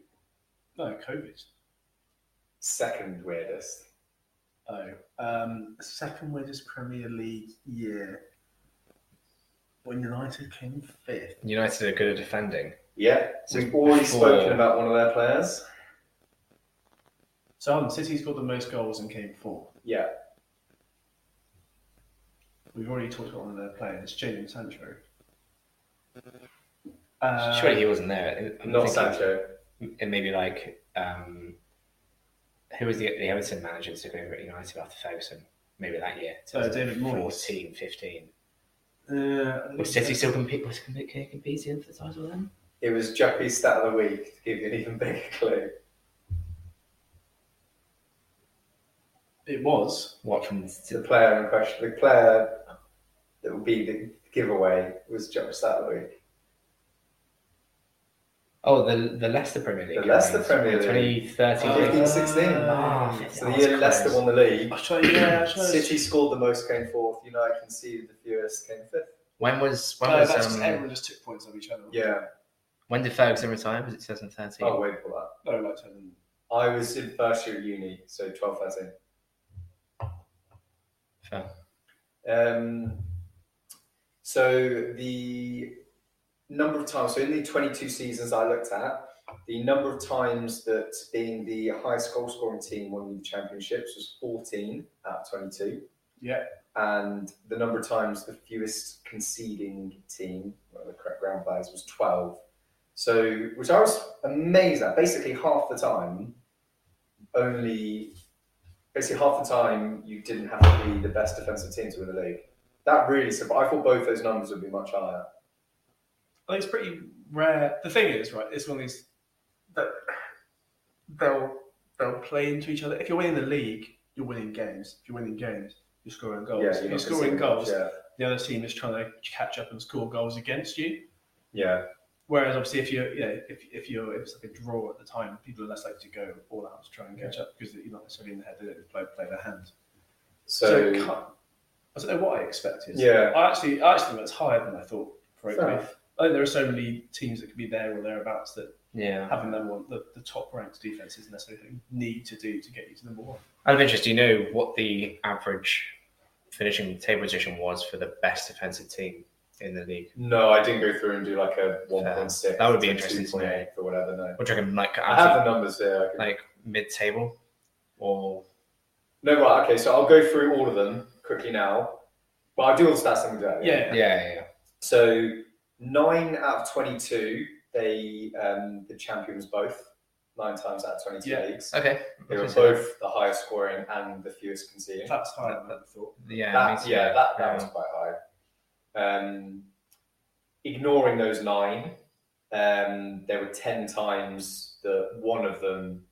No, COVID. Second weirdest. Oh. Um, second weirdest Premier League year. When United came fifth. United are good at defending. Yeah, So we've already before- spoken about one of their players. So um, City scored the most goals and came fourth. Yeah, We've already talked about one of their players, Jadon Sancho. Uh, Surely he wasn't there. I'm not thinking- Sancho. and maybe like um, who was the, the Everton manager that took over at United after Ferguson? Maybe that year. Oh, David Moyes. 14, 15. uh, Was City still compete, was competing, competing for the title then? It was Jappy's stat of the week to give you an even bigger clue. It was. What from The player in question, the player that will be the giveaway was Jappy's stat of the week. oh the the Leicester Premier League, The Leicester Premier twenty League. thirteen. Oh, 15 16. Ah, So that the was year Leicester close. won the league, I try, yeah, I try- City scored the most, came fourth. United conceded the fewest, came fifth. When was when No, Oh, that's was just um, everyone just took points off each other. Yeah, when did Ferguson retire? Was it two thousand thirteen? I'll wait for that. No, like um, ten. I was in first year of uni, so 12, 13. Um, so the number of times, so in the 22 seasons I looked at, the number of times that being the highest goal scoring team won the championships was 14 out of 22. Yeah. And the number of times the fewest conceding team, well, the correct ground players, was 12. So, which I was amazed at. Basically, half the time, only basically half the time you didn't have to be the best defensive team to win the league. That really surprised. I thought both those numbers would be much higher. I think it's pretty rare. The thing is, right, it's one of these that they'll they'll play into each other. If you're winning the league, you're winning games. If you're winning games, you're scoring goals. Yeah, if you're not scoring conceding goals, much, Yeah, the other team is trying to catch up and score goals against you. yeah, Whereas obviously, if you're you know, if if you're if it's like a draw at the time, people are less likely to go all out to try and catch up because you're not necessarily in the head. They don't play play their hands. So, it can't- I don't know what I expected. yeah, I actually, I actually think that's higher than I thought. Frankly, Fair I enough. think there are so many teams that could be there or thereabouts that Yeah. having number one, the, the top ranked defense isn't necessarily what you need to do to get you to number one. Out of interest, do you know what the average finishing table position was for the best defensive team in the league? no, I didn't go through and do like a one point six. That would be interesting to know. or whatever. No, What do you reckon, like, I have actually, the numbers here. I can- like mid table? Or No, right, okay. So I'll go through all of them quickly now. But I'll do all the stats and we'll do that. yeah, Yeah, yeah, yeah. So nine out of twenty-two, they um, the champions both nine times out of twenty-two Yeah. leagues. Okay. They were both the highest scoring and the fewest conceding. that's higher than I thought. Yeah, me That, too. yeah, that, that Yeah. was quite high. Um, ignoring those nine, um, there were 10 times that one of them,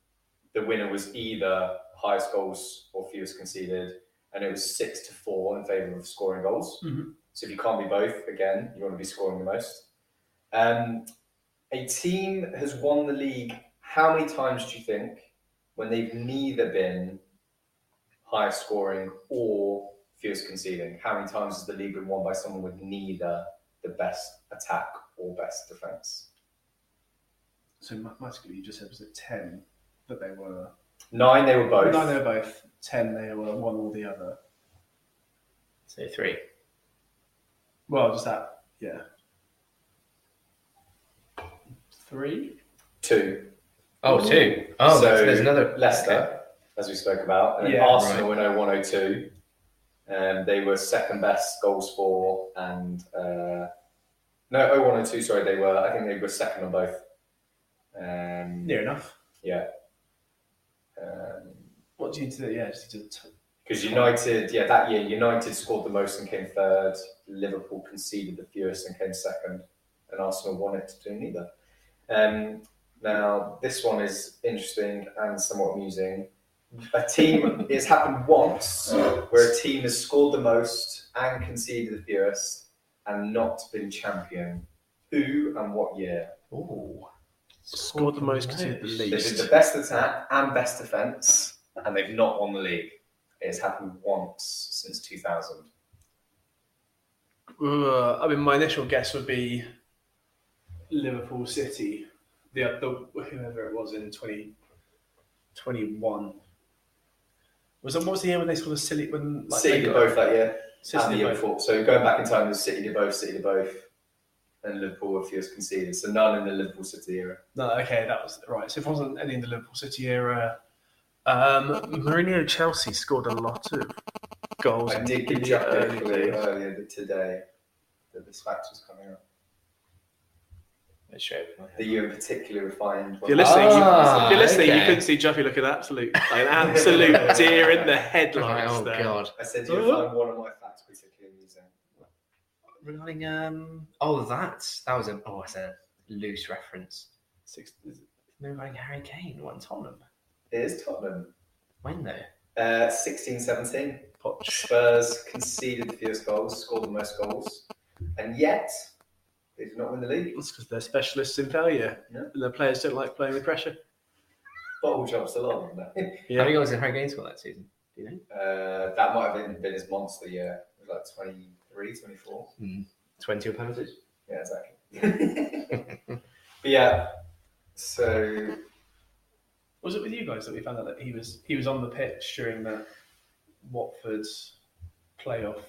the winner was either highest goals or fewest conceded, and it was six to four in favour of scoring goals. Mm-hmm. Mhm. So if you can't be both, again, you want to be scoring the most. Um, a team has won the league. How many times do you think when they've neither been highest scoring or fewest conceding? How many times has the league been won by someone with neither the best attack or best defense? So mathematically, you just said was it ten that they were Nine, they were both. nine? They were both ten. They were one or the other. So three. Well, just that. Yeah, three. Two. Oh, two. Oh, so so there's another. Leicester, okay. as we spoke about, and then Yeah, Arsenal in 01 02. Um, they were second best goals for, and uh, no, 01 02, sorry, they were, I think they were second on both. Um, Near enough. um, What do you need to do? Yeah, just need to. T- Because United, yeah, that year United scored the most and came third. Liverpool conceded the fewest and came second, and Arsenal won it to do neither. Um, now this one is interesting and somewhat amusing. A team it's happened once where a team has scored the most and conceded the fewest and not been champion. Who and what year? Ooh. Scored the most, conceded the They least. did the best attack and best defence, and they've not won the league. It has happened once since 2000. Uh, I mean, my initial guess would be Liverpool City, the, the whoever it was in twenty twenty one. Was that what was the year when they scored a silly when like City they did got- both that year City and the did year both. before. So going back in time, it was City did both, City did both, and Liverpool were fewest conceded. So none in the Liverpool City era. No, okay, that was right. So if it wasn't any in the Liverpool City era, um, Mourinho and Chelsea scored a lot of goals. I in did give the Jack a early clue days. earlier that today that this fact was coming up. Let's show it. The year in particular refined. If you're listening, you, Ah, if you're listening, you okay. couldn't see Jaffy looking absolute, like an absolute deer in the headlights. Oh, there. God. I said you find one of my facts particularly amusing. Regarding, um, oh, that. That was a. Oh, I said loose reference. Six, is it- No, like Harry Kane won Tottenham. It is Tottenham. When though? Uh, 16 17. Poch. Spurs conceded the fewest goals, scored the most goals, and yet they did not win the league. That's because they're specialists in failure. Yeah. And their players don't like playing the pressure. Bottle jumps along. no. How many goals did Harry Kane score that season? Do you know? Uh, that might have been, been his monster year. It was like 23, 24. Twenty penalties. Yeah, exactly. but yeah, so Was it with you guys that we found out that he was he was on the pitch during the Watford's playoff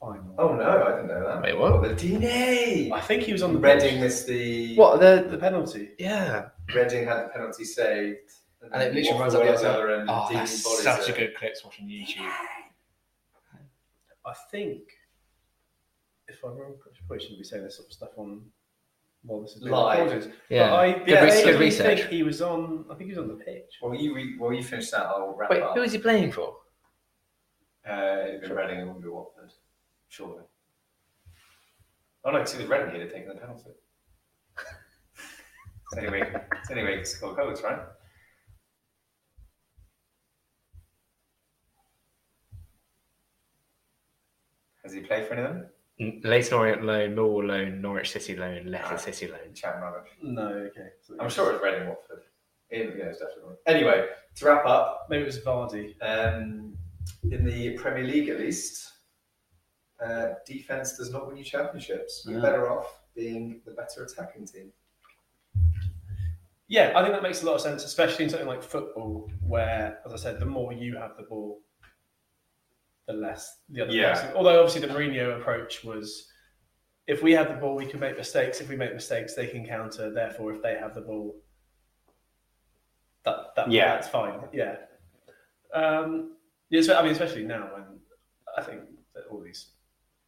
final? oh no, I didn't know that. Wait, what? The DNA. I think he was on the Reading bench. missed the What the the? penalty. Yeah. Reading had the penalty saved, And then it literally runs Watford up the went end outside. Oh, Deeney that's volleys such a it. good clips watching YouTube. I think, if I'm wrong, I probably shouldn't be saying this sort of stuff on while this is being Live. recorded. But Yeah. I, Good re- vaguely good research. think he was on. I think he was on the pitch. Well, you re- well you finish that. I'll wrap Wait, up. who was he playing for? Uh, it'd been Reading and it would be Watford, surely. Oh no, 'cause it was Reading who had taken the penalty. it's anyway, it's anyway, it's called goals, right? Has he played for any of them? Leighton Orient loan, Millwall loan, Norwich City loan, Leicester Ah. City loan. Chat rubbish. No, okay. So I'm sure it was Reading Watford. It, yeah, it was definitely. Reading. Anyway, to wrap up, Maybe it was Vardy. um, in the Premier League at least, uh, defense does not win you championships. You're No. better off being the better attacking team. Yeah, I think that makes a lot of sense, especially in something like football, where, as I said, the more you have the ball, the less the other Yeah. person. Although obviously the Mourinho approach was, if we have the ball, we can make mistakes. If we make mistakes, they can counter. Therefore, if they have the ball, that, that Yeah. that's fine. Yeah. Um, yeah, so, I mean, especially now when I think that all these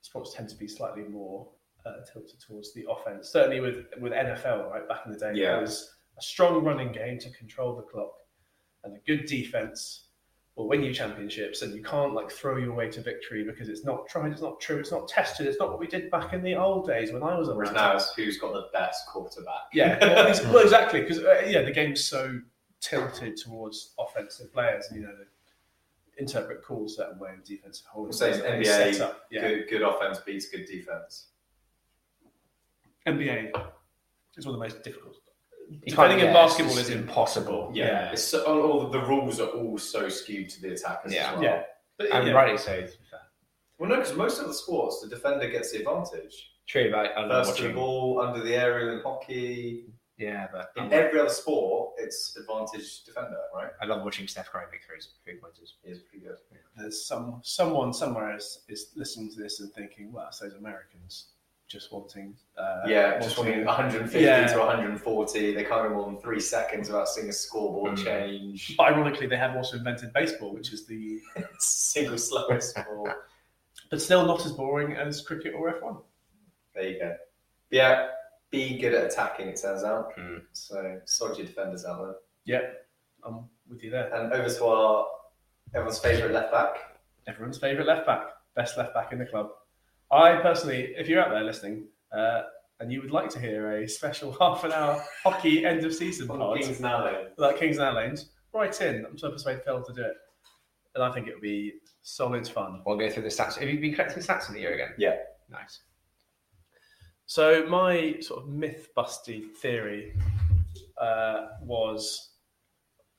sports tend to be slightly more uh, tilted towards the offense. Certainly with with NFL, right back in the day, Yeah. it was a strong running game to control the clock and a good defense will win you championships. And you can't like throw your way to victory because it's not tried, it's not true, it's not tested, it's not what we did back in the old days when I was Whereas around. now it's who's got the best quarterback. Yeah, well, ex- well, exactly, because uh, yeah, the game's so tilted towards offensive players, and you know, they interpret calls that way, defensive holds, So it's that they NBA, set up. yeah, Good, good offense beats good defense. NBA is one of the most difficult. You Defending can't- in yeah, basketball it's is just impossible. Yeah, It's so, all, all the, the rules are all so skewed to the attackers. Yeah. as well. Yeah. But, And yeah. rightly so, to be fair. Well, no, because most of the sports, the defender gets the advantage. True, but I love First to the watching. ball, under the area in hockey. Yeah, but I In love, every other sport, it's advantage defender, right? I love watching Steph Curry make threes, three pointers. It's pretty good. There's some someone somewhere is, is listening to this and thinking, "Well, it's those Americans just wanting." Uh, yeah, just wanting- wanting 150 Yeah. to 140. They can't go more than three seconds without seeing a scoreboard Mm. change. But ironically, they have also invented baseball, which is the Single slowest ball. but still not as boring as cricket or F1. There you go. But yeah, be good at attacking, it turns out. Mm. So, sod your defenders out there. Yep, I'm with you there. And over to our everyone's favourite left back. Everyone's favourite left back, best left back in the club. I personally, if you're out there listening uh, and you would like to hear a special half an hour hockey end of season pod, Kings now, though. like Kings and Lanes, right in. I'm so persuaded Phil to do it. And I think it'll be solid fun. We'll go through the stats. Have you been collecting stats in the year again? Yeah. Nice. So my sort of myth busty theory uh, was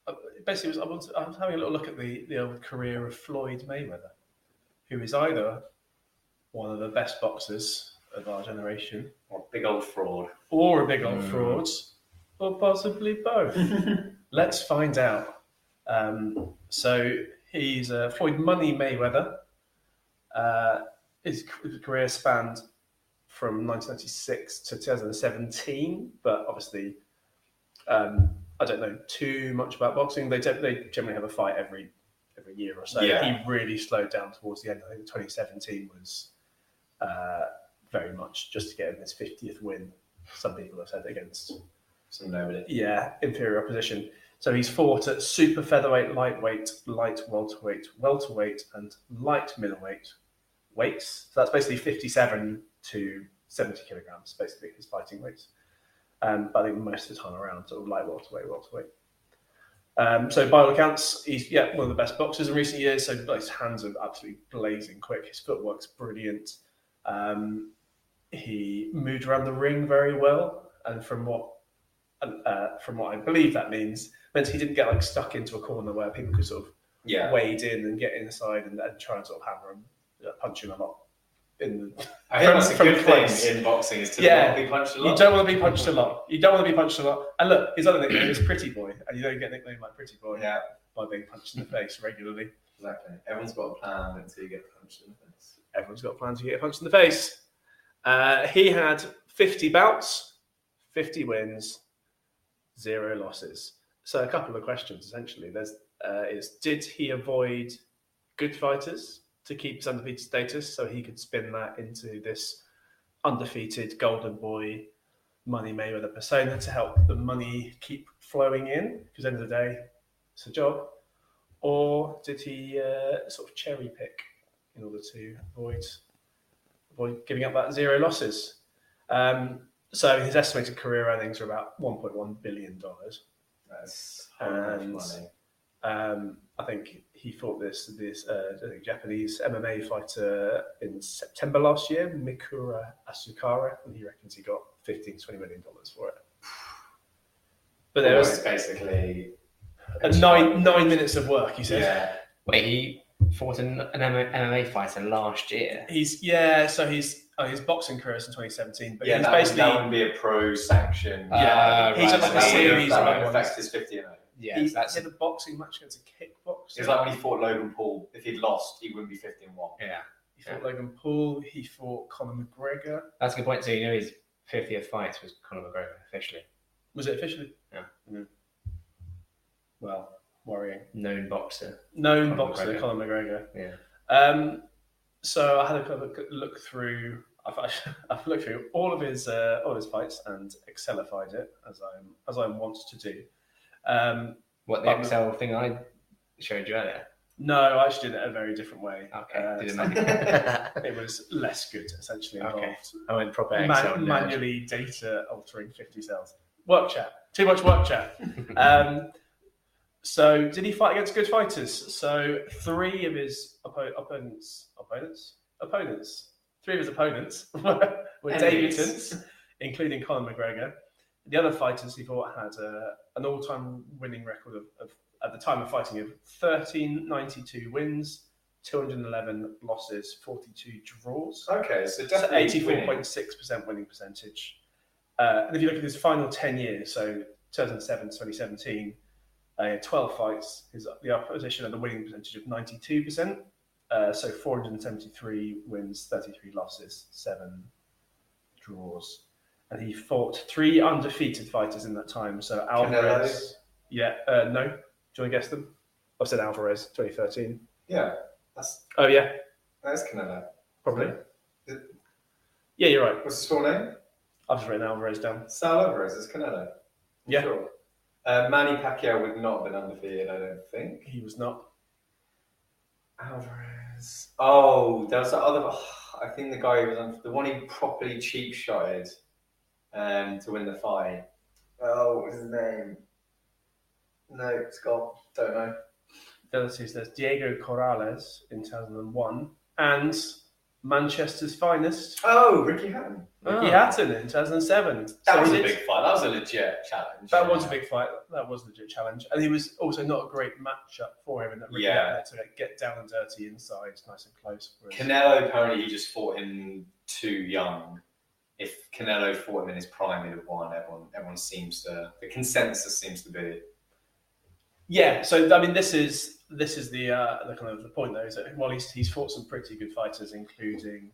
uh, basically was I was, I was having a little look at the, the old career of Floyd Mayweather, who is either one of the best boxers of our generation, Well, big old fraud. or a big old Hmm. fraud, or possibly both. Let's find out. Um, so he's uh, Floyd Money Mayweather. Uh, his c- career spanned from 1996 to 2017, but obviously, um, I don't know too much about boxing. They don't- they generally have a fight every every year or so. Yeah. He really slowed down towards the end. I think 2017 was uh, very much just to get him his 50th win. Some people have said against Some nobody. yeah, inferior opposition. So he's fought at super featherweight, lightweight, light welterweight, welterweight, and light middleweight weights. So that's basically 57 to 70 kilograms, basically his fighting weights. Um, but I think most of the time around, sort of light welterweight, welterweight. Um, so by all accounts, he's yeah one of the best boxers in recent years. So his hands are absolutely blazing quick. His footwork's brilliant. Um, he moved around the ring very well, and from what uh, from what I believe that means, meant he didn't get like stuck into a corner where people could sort of Yeah. wade in and get inside and, and try and sort of hammer him, uh, punch him a lot. In the, I think that's a from good close. thing in boxing is to Yeah. not be punched a lot. you don't want to be punched a lot. You don't want to be punched a lot. And look, his other nickname is Pretty Boy, and you don't get nicknamed like Pretty Boy Yeah, by being punched in the face regularly. exactly. Everyone's got a plan until you get punched in the face. Everyone's got plans to get punched in the face. Uh, he had 50 bouts, 50 wins, zero losses. So a couple of questions essentially. There's uh, is did he avoid good fighters to keep his undefeated status so he could spin that into this undefeated golden boy money Mayweather persona to help the money keep flowing in? Because end of the day, it's a job. Or did he uh, sort of cherry pick in order to avoid avoid giving up that zero losses. Um, so his estimated career earnings are about 1.1 billion dollars. That's so much And- money. Um, I think he fought this this uh, I think Japanese MMA fighter in September last year, Mikura Asukara, and he reckons he got 15 to 20 million dollars for it. But there Almost was basically a nine nine minutes of work. He says. Yeah, Wait, he fought an, an M- MMA fighter last year. He's yeah, so he's oh, his boxing career is in 2017, but yeah. he's That, basically that would be a pro sanction. Yeah. He's on, like, a series That of would affect his fifty and 0. Yeah, he so that's did a boxing match against a kickboxer. It's like when he fought Logan Paul. If he'd lost, he wouldn't be fifty and one. yeah, He fought Logan Paul. He fought Conor McGregor. that's a good point. So you know his 50th fight was Conor McGregor officially Was it officially? Yeah. Mm. Well, worrying. known boxer. Known Conor boxer McGregor. Conor McGregor. Yeah, Um, so I had a kind of look, look through. I've, actually- I've looked through all of his uh, all of his fights and excelified it as I'm as I'm wont to do. Um, what the Um, Excel thing I showed you earlier. no, I actually did it a very different way. Okay, Uh, didn't so make it. it was less good, essentially Okay. involved. I went proper Man- Excel. nerd. manually data altering 50 cells. Work chat. Too much work chat. um, so, did he fight against good fighters? So, three of his oppo- opponents, opponents, opponents, three of his opponents were, were Enemies. debutants, including Conor McGregor. The other fighters he fought had uh, an all-time winning record of, of, at the time of fighting, of 1392 wins, 211 losses, 42 draws. Okay, so That's definitely eighty-four winning. point six percent winning percentage. Uh, and if you look at his final ten years, so 2007 to 2017, uh, he had 12 fights. His the opposition had a winning percentage of 92 percent. Uh, so 473 wins, 33 losses, seven draws, and he fought three undefeated fighters in that time. So Alvarez, yeah, uh, no, do you want to guess them? I said Alvarez, 2013. Yeah, that's Oh yeah, that's Canelo. probably. Yeah. Yeah, you're right. What's his full name? I've just written Alvarez down. Sal Alvarez is Canelo. Yeah. Sure. Uh, Manny Pacquiao would not have been undefeated, I don't think. He was not. Alvarez. Oh, there was that other. I think the guy who was on the one he properly cheap shotted um, to win the fight. Oh, what was his name? No, it's gone. Don't know. The other two, so there's Diego Corrales in 2001 and Manchester's finest, Oh, Ricky Hatton. Ricky Oh. Hatton in 2007. Ah. That So was he a did- big fight. That was a legit challenge. That was a big fight. That was a legit challenge. And he was also not a great matchup for him. And that Ricky Yeah. had to like, get down and dirty inside, nice and close. for him. Canelo apparently he just fought him too young. If Canelo fought him in his prime, he'd have won. Everyone, everyone seems to. The consensus seems to be. Yeah, so I mean, this is this is the uh, the kind of the point though is that while he's he's fought some pretty good fighters, including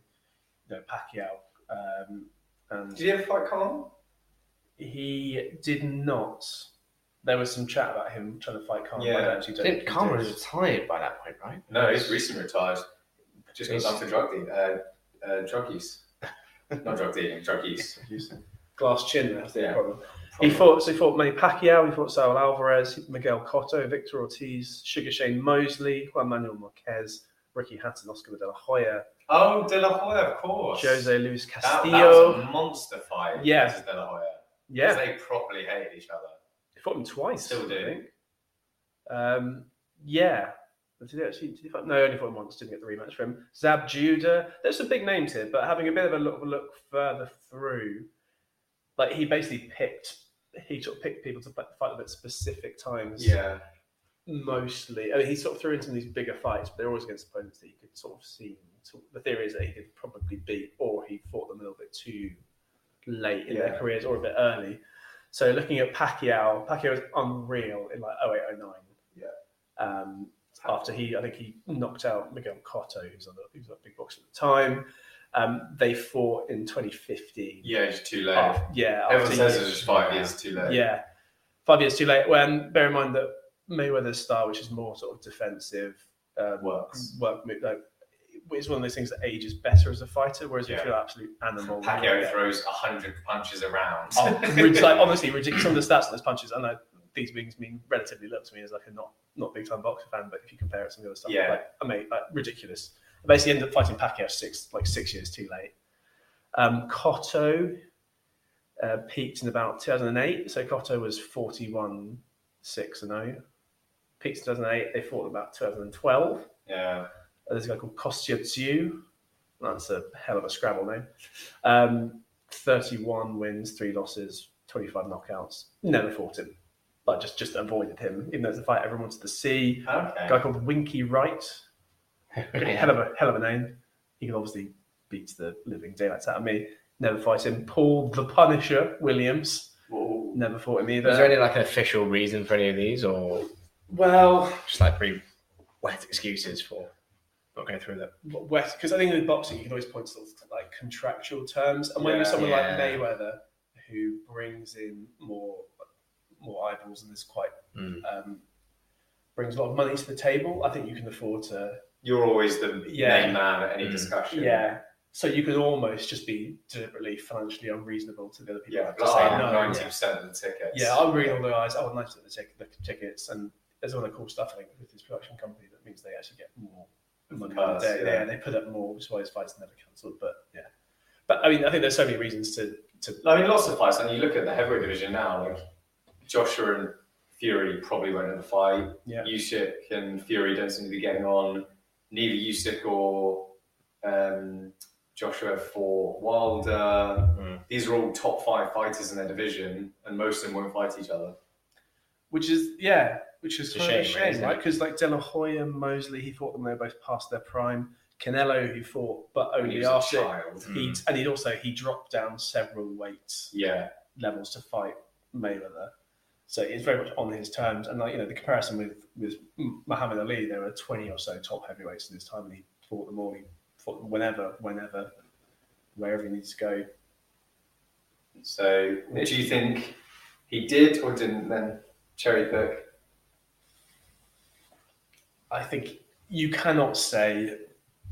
you know, Pacquiao, um, and Did you ever fight Khan? He did not. There was some chat about him trying to fight Khan. Yeah. but I actually don't Didn't think he Khan was did. retired by that point, right? No, he's recently retired. Just got He's- done for drug dealing. Uh, uh, drug use. Not drug dealing, drug use. Glass chin, that's the Yeah. problem. He fought. So he fought Manny Pacquiao. He fought Saul Alvarez, Miguel Cotto, Victor Ortiz, Sugar Shane Mosley, Juan Manuel Marquez, Ricky Hatton, Oscar de la Hoya, Oh, De La Hoya, of course. Jose Luis That, that Castillo, was a monster fight. Yeah. versus De La Hoya. 'Cause Yeah, They properly hated each other. they fought him twice. Still do. I think. Um, yeah. Did he actually? Did he fight? No, he only fought him once. Didn't get the rematch for him. Zab Judah. There's some big names here, but having a bit of a look, look further through, like he basically picked. He sort of picked people to fi- fight them at specific times. Yeah. Mostly, I mean, he sort of threw in some of these bigger fights, but they're always against opponents that he could sort of see. sort of- the theory is that he could probably beat, or he fought them a little bit too late in Yeah. their careers, or a bit early. So looking at Pacquiao, Pacquiao was unreal in like 0809. Yeah. Um, after he, I think he knocked out Miguel Cotto, who's on the, who was a big boxer at the time. Um, they fought in 2015. Yeah, it's too late. Af- yeah. Everyone after says years- it's just five years too late. oh, yeah, five years too late. When bear in mind that Mayweather's style, which is more sort of defensive, um, Works. work mo- like, it's one of those things that ages better as a fighter. Whereas if Yeah. you're an absolute animal, Pacquiao throws hundred punches around. Oh, rid- like honestly, ridiculous. Some of the stats on those punches, I know these things mean relatively little to me as like a not not big time boxer fan, but if you compare it to some of the other stuff, Yeah. like, I mean, like, ridiculous. I basically ended up fighting Pacquiao six like six years too late. Um, Cotto uh, peaked in about 2008, so Cotto was 41 six and zero. Peaked in 2008. They fought in about 2012. Uh, yeah. There's a guy called Kostya Tsu. That's a hell of a Scrabble name. Um, 31 wins, three losses, 25 knockouts. Never fought him, but just just avoided him. Even though it's a fight everyone wanted to see. Okay. A guy called Winky Wright. Hell of a hell of a name. He can obviously beat the living daylights out of me. Never fight him. Paul the Punisher Williams. Whoa. Never fought him Was there either. any like an official reason for any of these, or Well, just like pretty wet excuses for not going through that? West, because I think with boxing you can always point to sort of like contractual terms, and when Yeah. there's someone Yeah. like Mayweather who brings in more more eyeballs and is quite Hmm. Mm. um, brings a lot of money to the table, I think you can afford to. you're always the Yeah. main man at any Mm. discussion. Yeah. So you can almost just be deliberately financially unreasonable to the other people. Yeah. to say Oh, no. ninety percent of the tickets. Yeah, I'm reading all the eyes. Oh, nice that the, tic- the tickets and there's all the cool stuff I think with this production company that means they actually get more money. on the Because, day. yeah. Yeah. they put up more, which is why his fights never cancelled. But yeah, but I mean, I think there's so many reasons to to I mean, lots of fights. And you look at the heavyweight division now, like Joshua and Fury probably won't have a fight. Yeah. Usyk and Fury don't seem to be getting on. Neither Usyk or um, Joshua for Wilder. Mm. These are all top five fighters in their division, and most of them won't fight each other. which is yeah, which is It's a kind of a shame, shame, isn't it? right? Because like De La Hoya, Mosley, he fought them. They were both past their prime. Canelo, who fought, but When he only was a after child. Mm. he and he also he dropped down several weights Yeah, levels to fight Mayweather. So it's very much on his terms. And like you know, the comparison with with Muhammad Ali, there were twenty or so top heavyweights in his time, and he fought them all. He fought them whenever, whenever, wherever he needs to go. So, do you think he did or didn't then cherry pick? I think you cannot say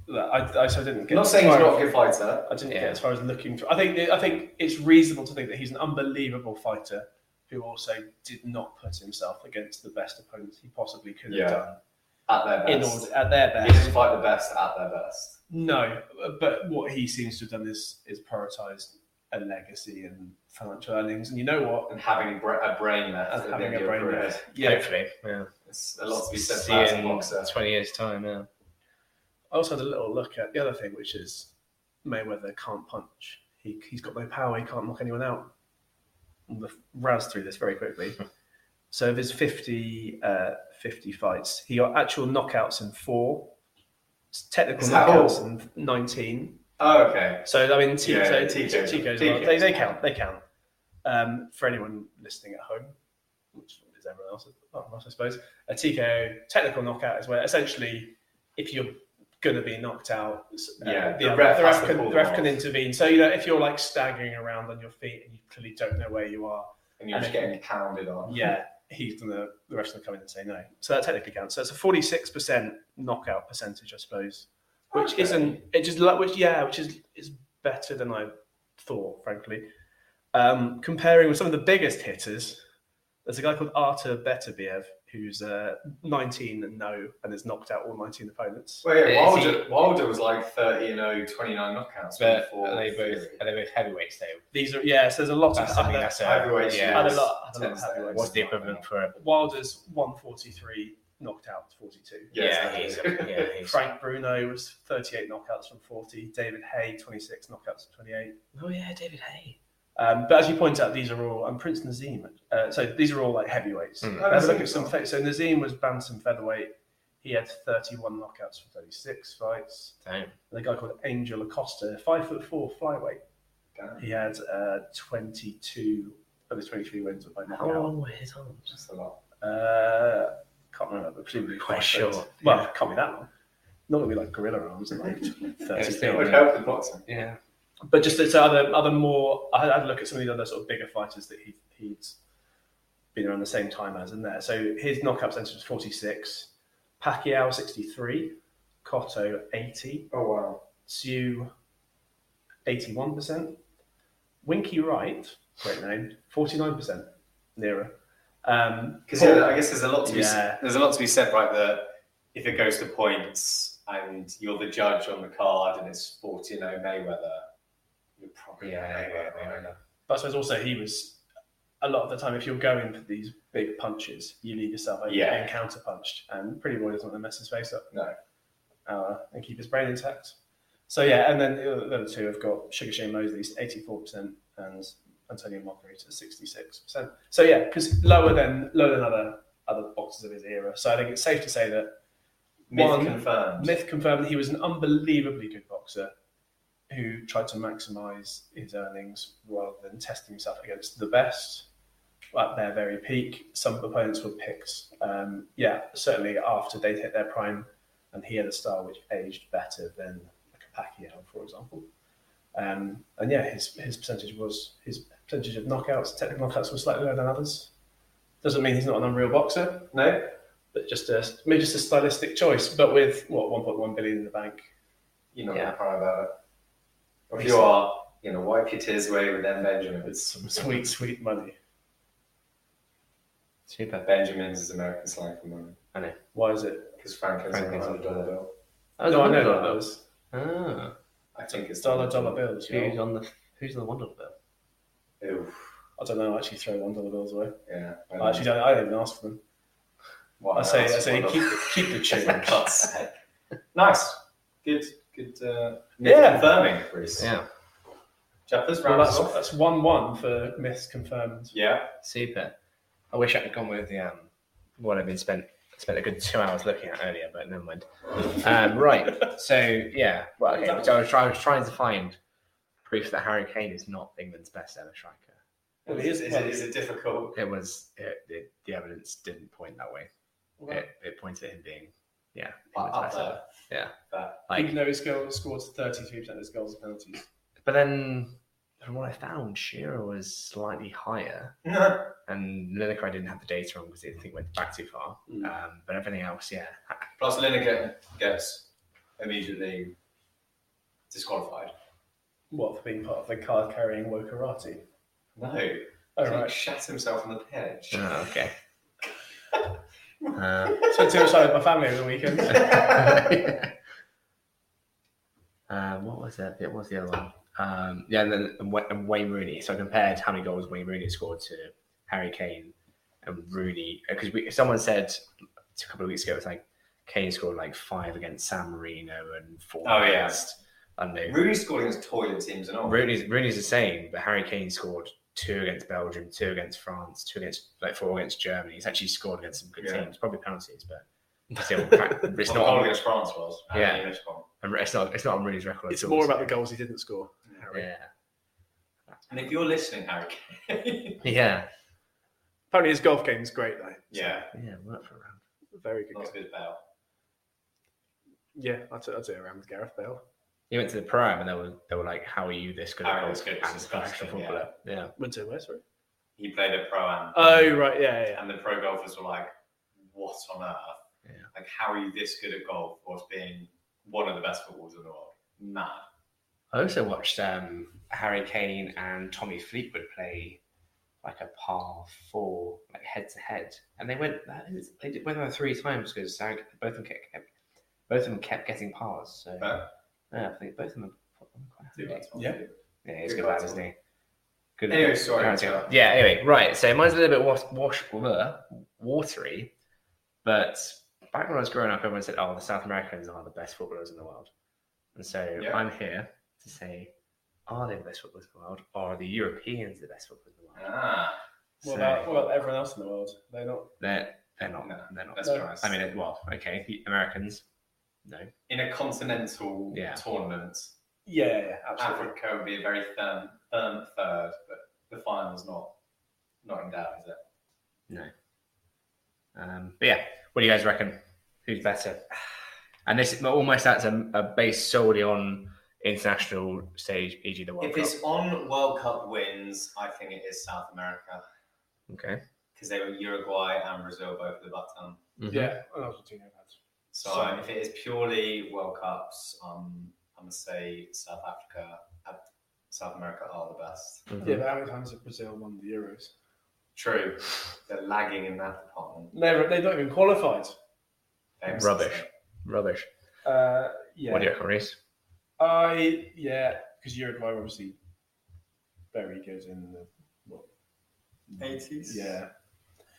that. I, I, so I didn't get. I'm not as saying he's far not a as- good fighter. I didn't Yeah. get as far as looking for. I think I think it's reasonable to think that he's an unbelievable fighter who also did not put himself against the best opponents he possibly could Yeah. have done At their in best, order at their he best. didn't fight the best at their best. No, but what he seems to have done is is prioritised a legacy and financial earnings. And you know what? and having bra- a brain left And at having the end a of your brain career. left. Yeah. Hopefully, yeah. It's a lot to be said for See that uh, as in a boxer. Twenty years time, yeah. I also had a little look at the other thing, which is Mayweather can't punch. He he's got no power. He can't knock anyone out. I'm gonna rouse through this very quickly. so of his 50, uh, 50 fights, he got actual knockouts in four, technical Is that all? knockouts in nineteen. Oh, okay. So I mean, T- Yeah, so Tico. Tico, Tico's Tico. one. they, they count. They count. Um, for anyone listening at home, which is everyone else, apart from us, I suppose, a Tico technical knockout is where essentially, if you're going to be knocked out, s- uh, Yeah, the, the other- ref the has ref to can, call the ref them can off. intervene. So you know, if you're like staggering around on your feet and you clearly don't know where you are, And you're just And- getting pounded on. yeah, he's gonna the rest of them come in and say no. So that technically counts. So it's a forty six percent knockout percentage, I suppose. Which Okay. isn't it just like which yeah, which is is better than I thought, frankly. Um, comparing with some of the biggest hitters, There's a guy called Artur Beterbiev who's uh, 19 and no, and has knocked out all 19 opponents. Well, yeah, Is Wilder, Wilder was like 30 and 0, 29 knockouts. But before are they both Fury. are they both heavyweights though? These are yeah. So there's a lot That's of something other- that's a, Heavyweights, yeah. had yes. a lot. Had a lot of Tends to- heavyweights. What's the equivalent for a Wilder's 143 knockouts, 42. yeah? Yes, He's, exactly. yeah, he's, Frank Bruno was 38 knockouts from 40. David Hay 26 knockouts from 28. oh yeah, David Hay. Um, but as you point out, these are all and Prince Nazim. Uh, so these are all like heavyweights. Hmm. Let's look at some fa- So Nazim was bantam featherweight. He had 31 knockouts from 36 fights. Damn. And a guy called Angel Acosta, five foot four flyweight. Damn, He had uh, 22 of his 23 wins were by knockout. were his arms? that's a lot. Uh, can't remember. but Presumably Quite five short. foot. Well, can't be that long. Not gonna be like gorilla arms and like thirty. still. It feet. would help the boxing. Yeah. But just it's other other more. I had, I had a look at some of these other sort of bigger fighters that he he'd been around the same time as in there. So his knockout percentage was forty six, Pacquiao sixty three, Cotto eighty, Oh, wow. Sue eighty one percent, Winky Wright, great name, forty nine percent, nearer. Um, Because Paul- yeah, I guess there's a lot to be Yeah. there's a lot to be said, right? That if it goes to points and you're the judge on the card and it's 40 0 Mayweather, you're probably Yeah, Mayweather. yeah, right? Mayweather. But I suppose also he was a lot of the time if you're going for these big punches, you leave yourself open Yeah. and counter punched, and Pretty Boy doesn't want to mess his face up No. uh, and keep his brain intact. So yeah, and then the other- the other two have got Sugar Shane Mosley's eighty four percent and Antonio Margarita sixty six percent. So yeah, because lower than lower than other other boxers of his era. So I think it's safe to say that Myth One. confirmed. Myth confirmed that he was an unbelievably good boxer who tried to maximize his earnings rather than testing himself against the best at their very peak. Some opponents were picks. Um, yeah, certainly after they'd hit their prime, and he had a style which aged better than like a Pacquiao, for example. Um, and yeah, his his percentage was his percentage of knockouts, technical knockouts, was slightly lower than others. Doesn't mean he's not an unreal boxer No? but just a maybe just a stylistic choice, but with what 1.1 billion in the bank. You're not Yeah. going to cry about it. Or if He's- you are, you know, wipe your tears away with them It's Benjamins. some sweet, sweet money. Super. Benjamins is American slang for money. Why is it? Because Franklin's Franklin's on a dollar bill. no, I know that was Ah, I think it's dollar dollar bills. you who's know. on the who's on the Wonder Bill? Oof. I don't know. I actually throw one dollar bills away. Yeah. I actually don't. I don't even ask for them. Wow, I say, I that's say, one of- keep keep the change. nice. Good. Good. Uh, Yeah. Confirming, Bruce. Yeah, Chappers, Well, round us that's off. that's one one for myths confirmed. Yeah. super. I wish I'd gone with the um what I've been spent spent a good two hours looking at earlier, but never mind. Um, right. So yeah, well, okay. So I was, try, I was trying to find proof that Harry Kane is not England's best ever striker. Well, it is, is, is- it, is it difficult? It was it, it, the evidence didn't point that way. It, it pointed at him being yeah England's Up best there. ever. Yeah, There. like Even though his goal scored thirty three percent of his goals and penalties. But then, from what I found, Shearer was slightly higher, No. and Lineker I didn't have the data on because I didn't think it went back too far. Hmm. Mm. Um, but everything else, yeah, Plus, Lineker gets immediately disqualified. What for being part of the card carrying Wokarati? No. All he right. shat himself on the pitch. oh, okay. uh, Spent too much time with my family over the weekend. uh, what was it? It was the other one. Um, yeah, and then and Wa- and Wayne Rooney. So I compared how many goals Wayne Rooney scored to Harry Kane and Rooney because someone said a couple of weeks ago it was like Kane scored like five against San Marino and four Oh, yeah. against I don't know Rooney scored against toilet teams and all. Rooney's, Rooney's the same, but Harry Kane scored two against Belgium, two against France, two against like four against Germany. He's actually scored against some good Yeah. teams, probably penalties, but still, it's Well, the goal not. against France was. and Yeah. he missed one. It's not. It's not on Rooney's record. It's at all, more so- about the goals he didn't score. Harry. Yeah. And if you're listening, Harry Kane. Yeah. Apparently his golf game's great though. yeah. Yeah. Work for a round. Very good. Not a game. good bell. Yeah, I'd, I'd say around with Gareth Bale. He went to the prime, and they were they were like, "How are you this good at Harry golf was good, and it's professional disgusting, footballer?" Yeah. Went to where, sorry? He played at Pro Am. Oh, right, yeah, yeah. And the pro golfers were like, what on earth? Yeah. Like, how are you this good at golf whilst being one of the best footballers in the world? Mad. I also watched um, Harry Kane and Tommy Fleetwood play like a par four, like head to head, and they went that is, they did, went there three times because both of them kept, kept both of them kept getting pars. So Huh? yeah, I think both of them. Are quite Two happy. months. Yeah. Yeah, he's Good good at battle. his knee. Good Anyway, good sorry, balance, yeah. Joe. Yeah, anyway, right. So mine's a little bit wash, wash bleh, watery, but back when I was growing up, everyone said, oh, the South Americans are the best footballers in the world. And so Yeah. I'm here to say, are they the best footballers in the world? Or are the Europeans the best footballers in the world? Ah, What So about, what about everyone else in the world? They're not. they're, they're not. No, they're not. that's No. nice. I mean, well, okay, the Americans, no. in a continental Yeah. tournament, Yeah, yeah, yeah, absolutely. Africa would be a very firm, firm third, but the final's not not in doubt, is it? Um, but yeah, what do you guys reckon? Who's better? And this all my stats are, are based solely on international stage, e.g. the World if Cup. it's on World Cup wins, I think it is South America Okay. because they were Uruguay and Brazil both at the bottom. Yeah, and Argentina have had. So, So- um, if it is purely World Cups, um, I'm gonna say South Africa, uh, South America are the best. Mhm. Yeah, but how many times have Brazil won the Euros? True, they're lagging in that department. They're, they've not even qualified. They're Rubbish. Rubbish. Uh, yeah. What do you reckon, Reese? I yeah, because Uruguay were obviously very good in the what? 80s? Yeah,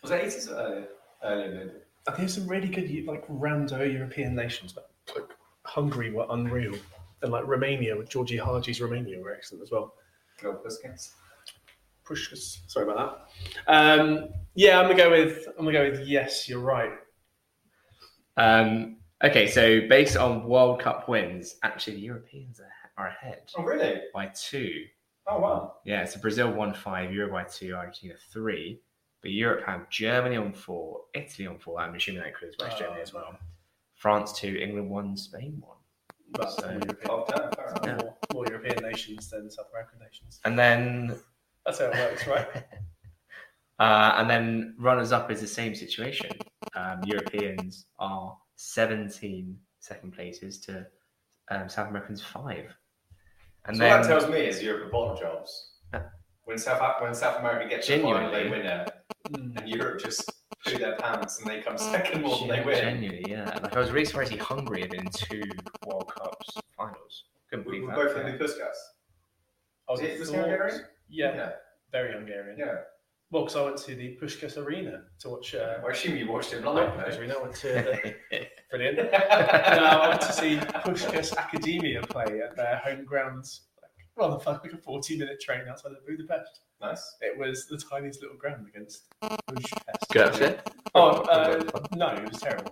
Was it 80s or earlier? Earlier, maybe. I think there's some really good like rando European nations. Like, like Hungary were unreal, and like Romania with Georgie Haji's Romania were excellent as well. Go Busquets. Pushkas, sorry about that. Um, yeah, I'm gonna go with I'm gonna go with yes. You're right. Um, okay, so based on World Cup wins, actually the Europeans are, are ahead Oh, really? by two. Oh, wow. Yeah, so Brazil won five, Uruguay two, Argentina three. But Europe have Germany on four, Italy on four. I'm assuming that includes West Germany Oh. as well. France two, England one, Spain one. But um, So- more, European, Well done, fair enough. Yeah. more, more European nations than South American nations. And then That's how it works, right? Uh, and then runners up is the same situation. Um, Europeans are 17 second places to um, South Americans five. And so then that tells me is Europe are bottom jobs. Yeah. When South Af- when South America gets to the final, they Genuinely. win it, Mm. and Europe just do their pants and they come second more than they Gen- win. Genuinely, yeah. Like I was really surprised to see Hungary had been in two World Cups finals. Couldn't We, believe we're that. both in the Puskas. I Was would it was have thought- Hungarian? Yeah, yeah, very Hungarian. yeah. Well, because I went to the Pushkas Arena to watch. Uh, Well, I assume you watched it Pushkas live, mate. Arena. I went to the, brilliant. no, no, I went to see Pushkas Academia play at their home grounds. Like, rather fun, like a 40 minute train outside of Budapest. Nice. It was the tiniest little ground against Uzbekistan. Good upset. Oh, uh, no, it was terrible.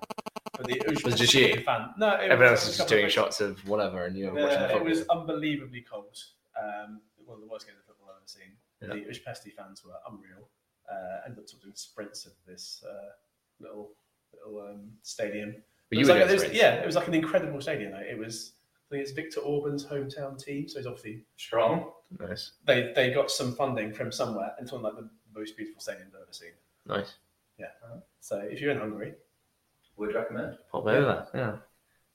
But the Uzbekistan Was it just you? fan. No, it Everyone was else is just doing shots of whatever, and you're Yeah, watching the It football. was unbelievably cold. Um, one of the worst games of football I've ever seen. Yeah. The Uzbekistan fans were unreal. Uh, ended up sort of doing sprints of this uh, little little um, stadium. But It you was were like- doing it was- sprints. yeah, it was like an incredible stadium. Though. It was, I think it's Victor Orban's hometown team, so it's obviously Strong. Nice. they they got some funding from somewhere, and it's one of like the most beautiful stadiums I've ever seen. Nice. So if you're in Hungary, Would recommend. Pop over. Yeah.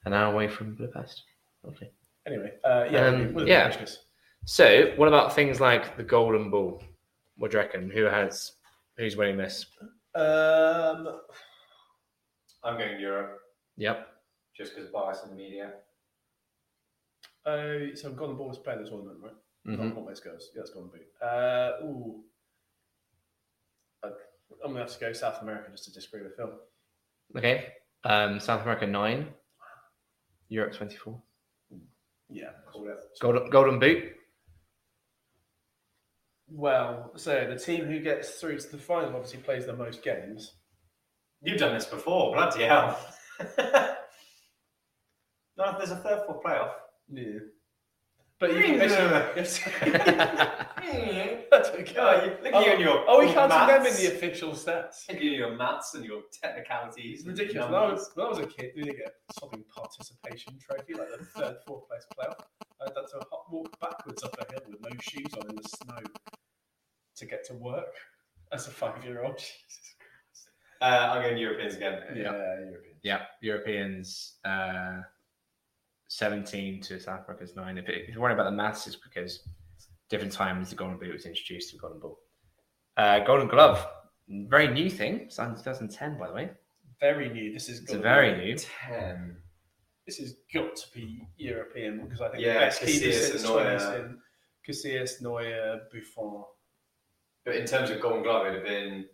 An hour away from Budapest. Lovely. anyway, uh, yeah, Um, we'll- we'll yeah. finish this. So, what about things like the Golden Ball? What do you reckon? Who has? Who's winning this? Um, I'm going Europe Yep. just because bias in the media. oh, so Golden Ball was playing this tournament, right? Mm-hmm. Mhm. Not, not West Girls. Yeah, that's Golden Boot. Uh, ooh, Uh, I'm gonna have to go South America just to disagree with Phil. Okay. Um, South America nine. Europe twenty four. Yeah. Call it. Golden Golden Boot. Well, so the team who gets through to the final obviously plays the most games. You've done this before, bloody hell. no, if there's a third, fourth playoff. Yeah. But you Really? can basically. yeah. That's okay. Yeah, you- look at you and your. Oh, we can't see maths. them in the official stats. Look at you and your maths and your technicalities. It's and ridiculous. When I, numbers. was, when I was a kid, we didn't get a sobbing participation trophy, like the third, fourth place playoff. I had to hop, walk backwards up a hill with no shoes on in the snow to get to work as a five year old. Uh, I'm going Europeans again. European. Europeans uh, seventeen to South Africa's nine. If, if you're worrying about the maths, it's because different times the Golden Boot was introduced to the Golden Ball. Uh, Golden Glove, very new thing, signed in 2010, by the way. Very new. This is It's a gotta very be- new. Ten. This has got to be European because I think Yeah, the best keepers Casillas since and Neuer. 2010, Casillas, Neuer, Buffon. But in terms of Golden Glove, it'd have been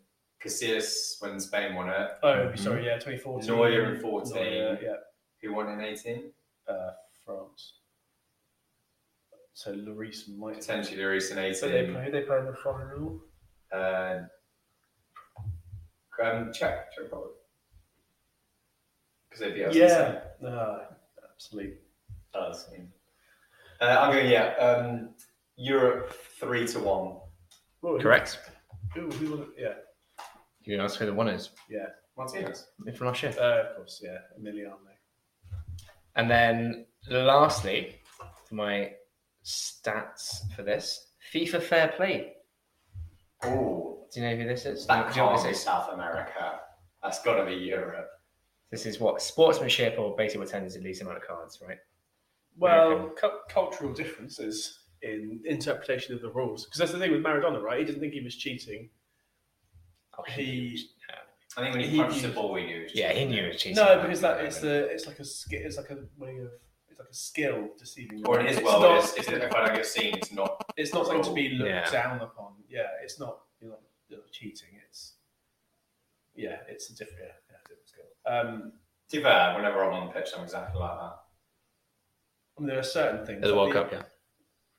Casillas when Spain won it. Oh, sorry, yeah, 2014. Mm-hmm. Neuer in 14. Neuer, yeah, Who won in 18? uh, France. So Lloris might Potentially Lloris in So they 18. play, they play in the final. Uh, um, Czech, Czech Republic. Because they beat us. in the semi. Yeah, uh, absolutely. does. Uh, I'm going, yeah, um, Europe three to one. Well, who- Correct. Who, who won it? Yeah, You can ask who the one is Martinez. from last year. uh, of course, yeah, Emiliano. And then lastly, for my stats for this FIFA Fair Play. Oh, Do you know who this is? that Do you know can't what be this is? South America. That's got to be Europe. This is what sportsmanship or basically what tends to least amount of cards, right? Well, American. cu- cultural differences in interpretation of the rules. Because that's the thing with Maradona, right? He didn't think he was cheating. Oh, He I think when he He- punched the ball, we knew. it was yeah, he cheating. knew it was cheating. No, because that it's the it's like a sk- it's like a way of it's like a skill deceiving. Or in his it's world, not, it's, it's, if I don't get seen, it's not. it's not something to be looked Yeah. down upon. Yeah, it's not you're not, you're not cheating. It's yeah, it's a different yeah, yeah, different skill. Um, To be fair, whenever I'm on the pitch, I'm exactly like that. I mean, there are certain things. At the World like Cup, yeah.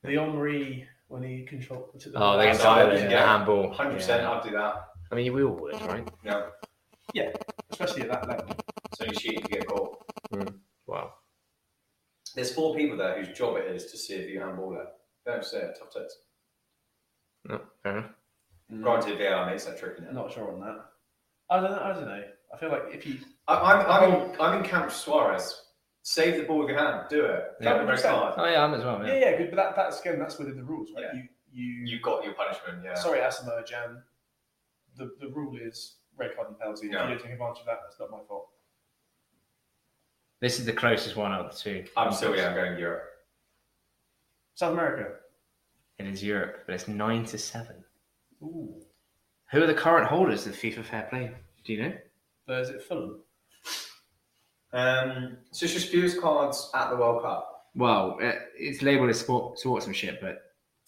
the, the Omri when he controlled. took the Oh, they Yeah, can so tell I that would, it's a yeah. handball. 100%, Yeah. I'd do that. I mean, we all would, right? No, especially at that level. it's only cheating to get a goal. Wow. There's four people there whose job it is to see if you handball it. Don't say it, tough tits. No, fair enough. Mm. Granted, VAR makes that tricky now. I'm not sure on that. I don't know. I don't know. I feel like if you I- I'm, I'm, in, I'm in Camp Suarez. Save the ball with your hand. Do it. Yeah. That would break hard. Oh, yeah, I'm as well, yeah yeah. yeah good, but that that's again that's within the rules, right? Yeah. You you You got your punishment. Yeah. Sorry, Asamoah Jan. The the rule is red card and penalty. If Yeah. you don't take advantage of that, that's not my fault. This is the closest one out of the two. I'm still yeah. I'm going Europe. South America. It is Europe, but it's 9 to 7. Ooh. Who are the current holders of FIFA Fair Play? Do you know? But is it Fulham? Um, so it's just views cards at the World Cup. Well, uh, it's labeled as sport, sportsmanship, but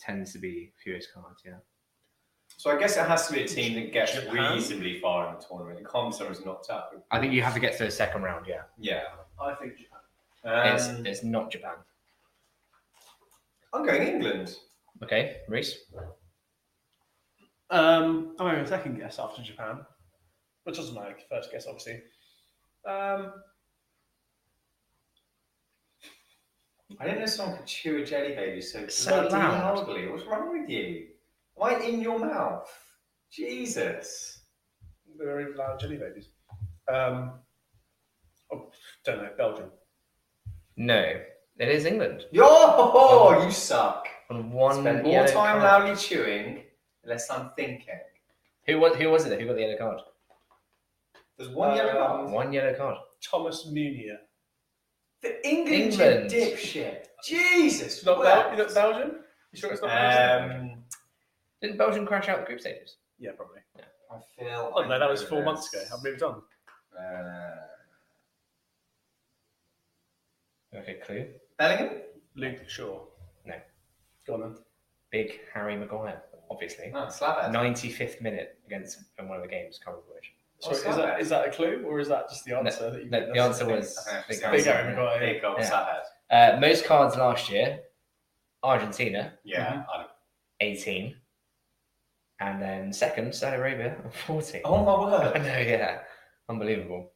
tends to be furious cards. Yeah. So I guess it has to be a team that gets Japan? reasonably far in the tournament. It can't be someone who's knocked out. I think you have to get to the second round. Yeah. Yeah. I think Japan. Um, it's, it's not Japan. I'm going England. Okay, Reese. Um, I'm having a second guess after Japan, which wasn't my first guess, obviously. Um, I didn't know someone could chew a jelly baby so, So bloody loud. loudly. What's wrong with you? Why in your mouth? Jesus. they're very loud jelly babies. Um, oh, don't know Belgium. No, it is England. Yo, you suck. On one Spend more yellow time card. loudly chewing, less I'm thinking. Who was who was it? Who got the yellow card? There's one yellow Um, card. One yellow card. Thomas Munier. The England, England. You dipshit. Jesus. Not what? Bel- not Belgium. You sure it's not Uh, Belgium? um, Didn't Belgium crash out the group stages? Yeah, probably. I I feel. don't know, Oh, that was know four this. months ago. I've moved on. Uh, Okay, clue. Bellingham? Luke Shaw. No. Go on then. Big Harry Maguire, obviously. No, Slavat. Ninety fifth minute against in one of the games. Can't remember which. Sorry, Oh, What's is that that then? is that a clue or is that just the answer that you No, the answer was Okay, Big so Harry Big Harry Maguire. Maguire. Big old Yeah. Slavat. Uh, most cards last year, Argentina, Yeah. I- 18. And then second, Saudi Arabia, 14. Oh my I word. know, yeah. Unbelievable.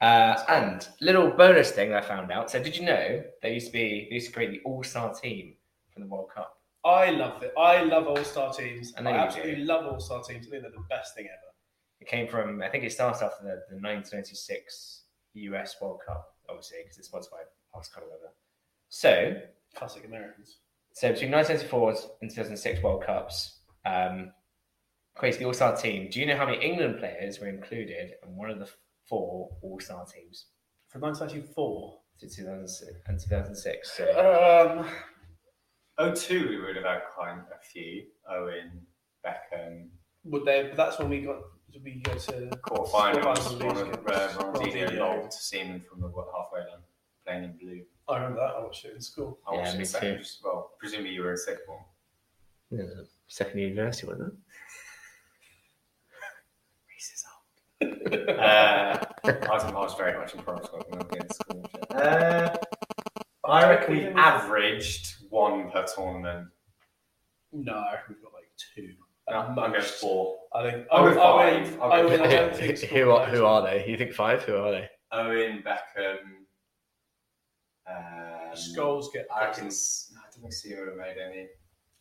Uh, and little bonus thing I found out. So did you know they used to be they used to create the all-star team for the World Cup? I love it. I love all star teams. I I, know you do. absolutely love all star teams. I think they're the best thing ever. It came from I think it started after the, the 1996 US World Cup, obviously, because it's sponsored by Oscar Weather. So Classic Americans. So between 1974 and 2006 World Cups, um, created the All Star team. Do you know how many England players were included in one of the four All Star teams From 1994. to 2006 and 2006? So Um, 02, we would have had quite a few. Owen, Beckham, would they? But that's when we got we go to Quarterfinals, Square Island, Ron- uh, Ronaldinho Ronaldinho. lobbed Seaman from the halfway line, playing in blue. I remember that. I watched it in school. I Yeah, watched it me in secondary too. s- Well, presumably you were in sixth form. Yeah, second year university, wasn't Uh, I was I was very much in primary school. I remember going to school. and shit. Uh, I reckon we averaged one per tournament. No, we've got like two. No, I'm going Most. four. I think I'll I go went. I five. went. I'll I go went. I don't think it? who, are, school who are they? You think five? Who are they? Owen Beckham. Um, Skulls get. I can. s- I don't think Seymour made any.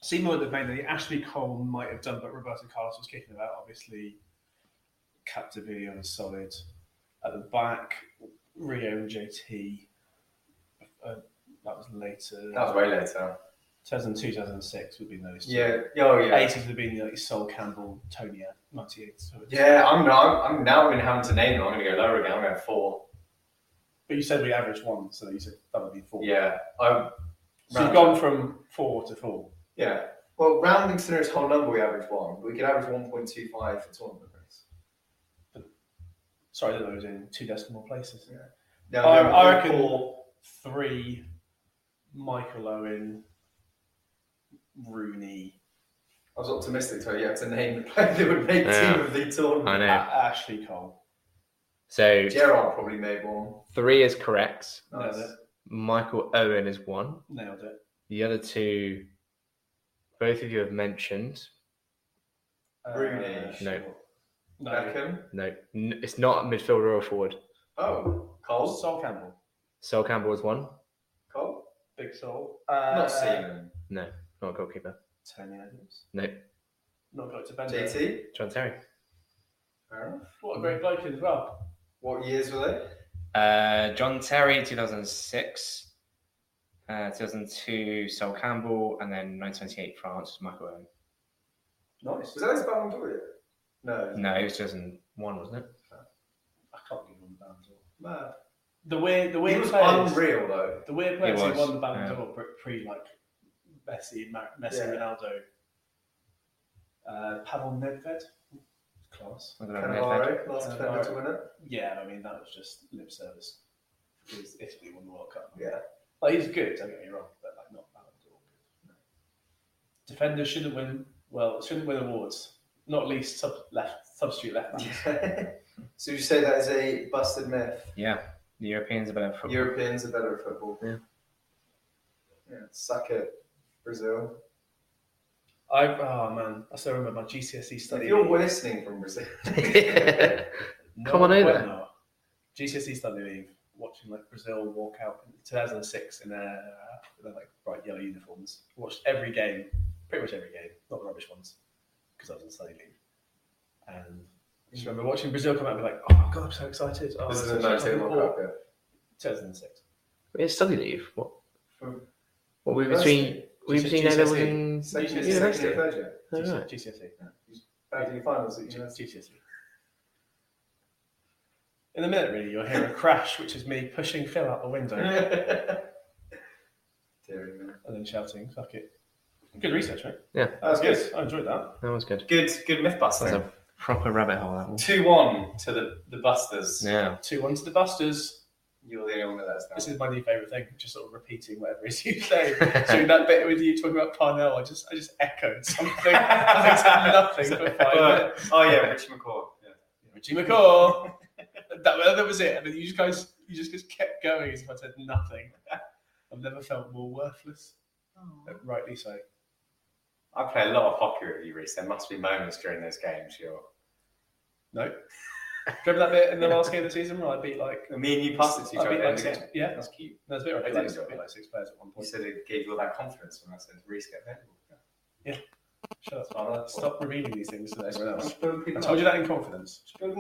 Seymour But mainly Ashley Cole might have done, but Roberto Carlos was kicking about. Obviously, Captivia was solid at the back. Rio and JT. Uh, that was later. That was way later. 2002, 2006 would be those. two. Yeah. Oh yeah. 80s would have been like Sol Campbell, Tonya, 98. So it's- Yeah. I'm. I'm, I'm now in having to name them. I'm going to go lower again. I'm going to four. But you said we averaged one, so you said that would be four. Yeah. I'm. So you've gone from four to four. Yeah. Well, rounding to the nearest whole number, we average one. But we could average one point two five for tournament race. Sorry, I those in two decimal places. Yeah. No, I, no, I no, reckon four. three Michael Owen, Rooney, I was optimistic, so you had to name the player that would make Yeah. team of the tournament. I A- know. Ashley Cole. So Gerard probably made one. three is correct. Nice. Nailed it. Michael Owen is one. Nailed it. The other two, both of you have mentioned. Uh, Rooney. No. No. Beckham. No, n- it's not a midfielder or a forward. Oh, Sol, Cole. Sol Campbell. Sol Campbell is one. Cole. Big Sol. Uh, Not Seaman. No, not a goalkeeper. Tony Adams. No, Not got to Bender. JT. John Terry. Fair enough. What a great bloke as well. What years were they? Uh, John Terry, 2006. Uh, 2002, Sol Campbell, and then 1928, France, Michael Owen. Nice. Was that his Ballon d'Or year? No. No, it was 2001, wasn't it? I can't give him the Ballon d'Or. Mad. The weird, the He weird was players. unreal though. The weird players who was, won the Ballon yeah. d'Or pre- pre like Messi, Mar- Messi, Yeah. Ronaldo, uh, Pavel Nedved, class. I don't know, midfielder. Cannavaro, last defender to win it. Yeah, I mean that was just lip service because Italy won the World Cup. Yeah. like he's good. Don't get me wrong, but like not Ballon d'Or. Defenders shouldn't win. Well, shouldn't win awards. Not least sub left substitute left backs. so you say that is a busted myth. Yeah, the Europeans are better. football. Europeans are better at football. Yeah. Yeah. Suck it, Brazil. I oh man, I still remember my GCSE If E study. you're leave. listening from Brazil. No, Come on over. webinar. GCSE study leave, E watching like Brazil walk out in 2006 in their, their like bright yellow uniforms. Watched every game, pretty much every game, not the rubbish ones, because I was on study leave. And I just remember watching Brazil come out and be like, oh my god, I'm so excited. Oh, This is I'm a so nice excited." World Cup. yeah. 2006. It's study leave. What? From What were we between? Were we between A levels GCSE. in Second year, second university? year, third year. Oh, GC- right. GCSE. Back finals at university. GCSE. E. In a minute, really, you'll hear a crash, which is me pushing Phil out the window. Dear me. and then shouting, fuck it. Good research, right? That was good. I enjoyed that. That was good. Good, good myth That's busting. a proper rabbit hole. That one. Two one to the the Busters. Yeah. 2 1 to the Busters. You're the only one that This that's now. is my new favourite thing, just sort of repeating whatever it is you say. so that bit with you talking about Parnell, I just I just echoed something. I said nothing for five Well, minutes. oh yeah, Rich McCaw. Yeah. Richie McCaw. that, that was it. And then you just guys you just, just kept going as if I said nothing. I've never felt more worthless. But rightly so. I play a lot of hockey with you, Reese. There must be moments during those games. You're No. Remember that bit in the last game of the season where I beat like me and you passed it to each I other. beat at like the end of six, the game. yeah, That's cute. that's a bit. I beat I like, did enjoy beat like six players at one You point. said it gave you all that confidence when I said Reese get there. Shut up. That's Stop revealing these things to everyone else. I I told you that in confidence. That's,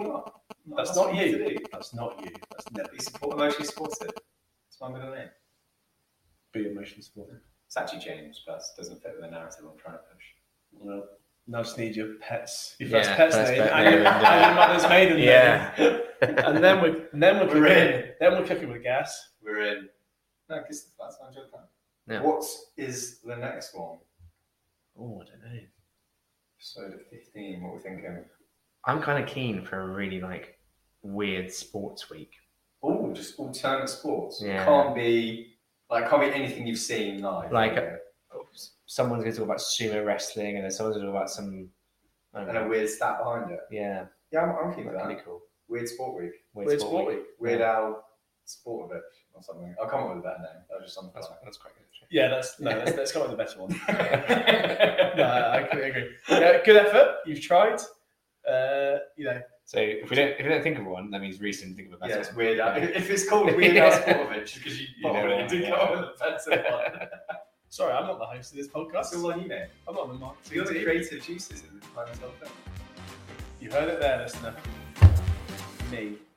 not what to you. do. That's not you. That's never Be support, emotionally supportive. That's my middle name. be emotionally supportive. It's actually James, but it doesn't fit with the narrative I'm trying to push. Well, now I just need your pets, your Yeah, first pet's first name, pet and, your, name and, uh, and your mother's maiden Yeah. name. and then we're and then we're, We're cooking, then we're cooking with gas. We're in. No, because that's not your time. Yeah. What is the next one? Oh, I don't know. So 15, what are we thinking? I'm kind of keen for a really like weird sports week. Oh, just alternate sports. Yeah. Can't be like can't be anything you've seen live. Like- you know? Someone's going to talk about sumo wrestling, and then someone's going to talk about some. I don't and a know. weird stat behind it. Yeah, Yeah, I'm, I'm keen for that could that. be cool. Weird sport week. Weird, sport, week. Weird Al Sportovich or something. I'll come up with a better name. That was just something. That's, like that's quite good. Yeah, that's no, that's, that's kind of the better one. that. no, I completely agree. Yeah, good effort. You've tried. Uh, you know, So if we don't if we don't think of one, that means Reese didn't think of a better yeah, it's one. Weird Al. Yeah. If it's called Weird Al Yeah. Sportovich, because you, You know probably what, did yeah. come up with a better one. sorry, I'm not the host of this podcast. That's all on you, mate. I'm not the marketing. You're the team. creative juices in the final You heard it there, listener. Me.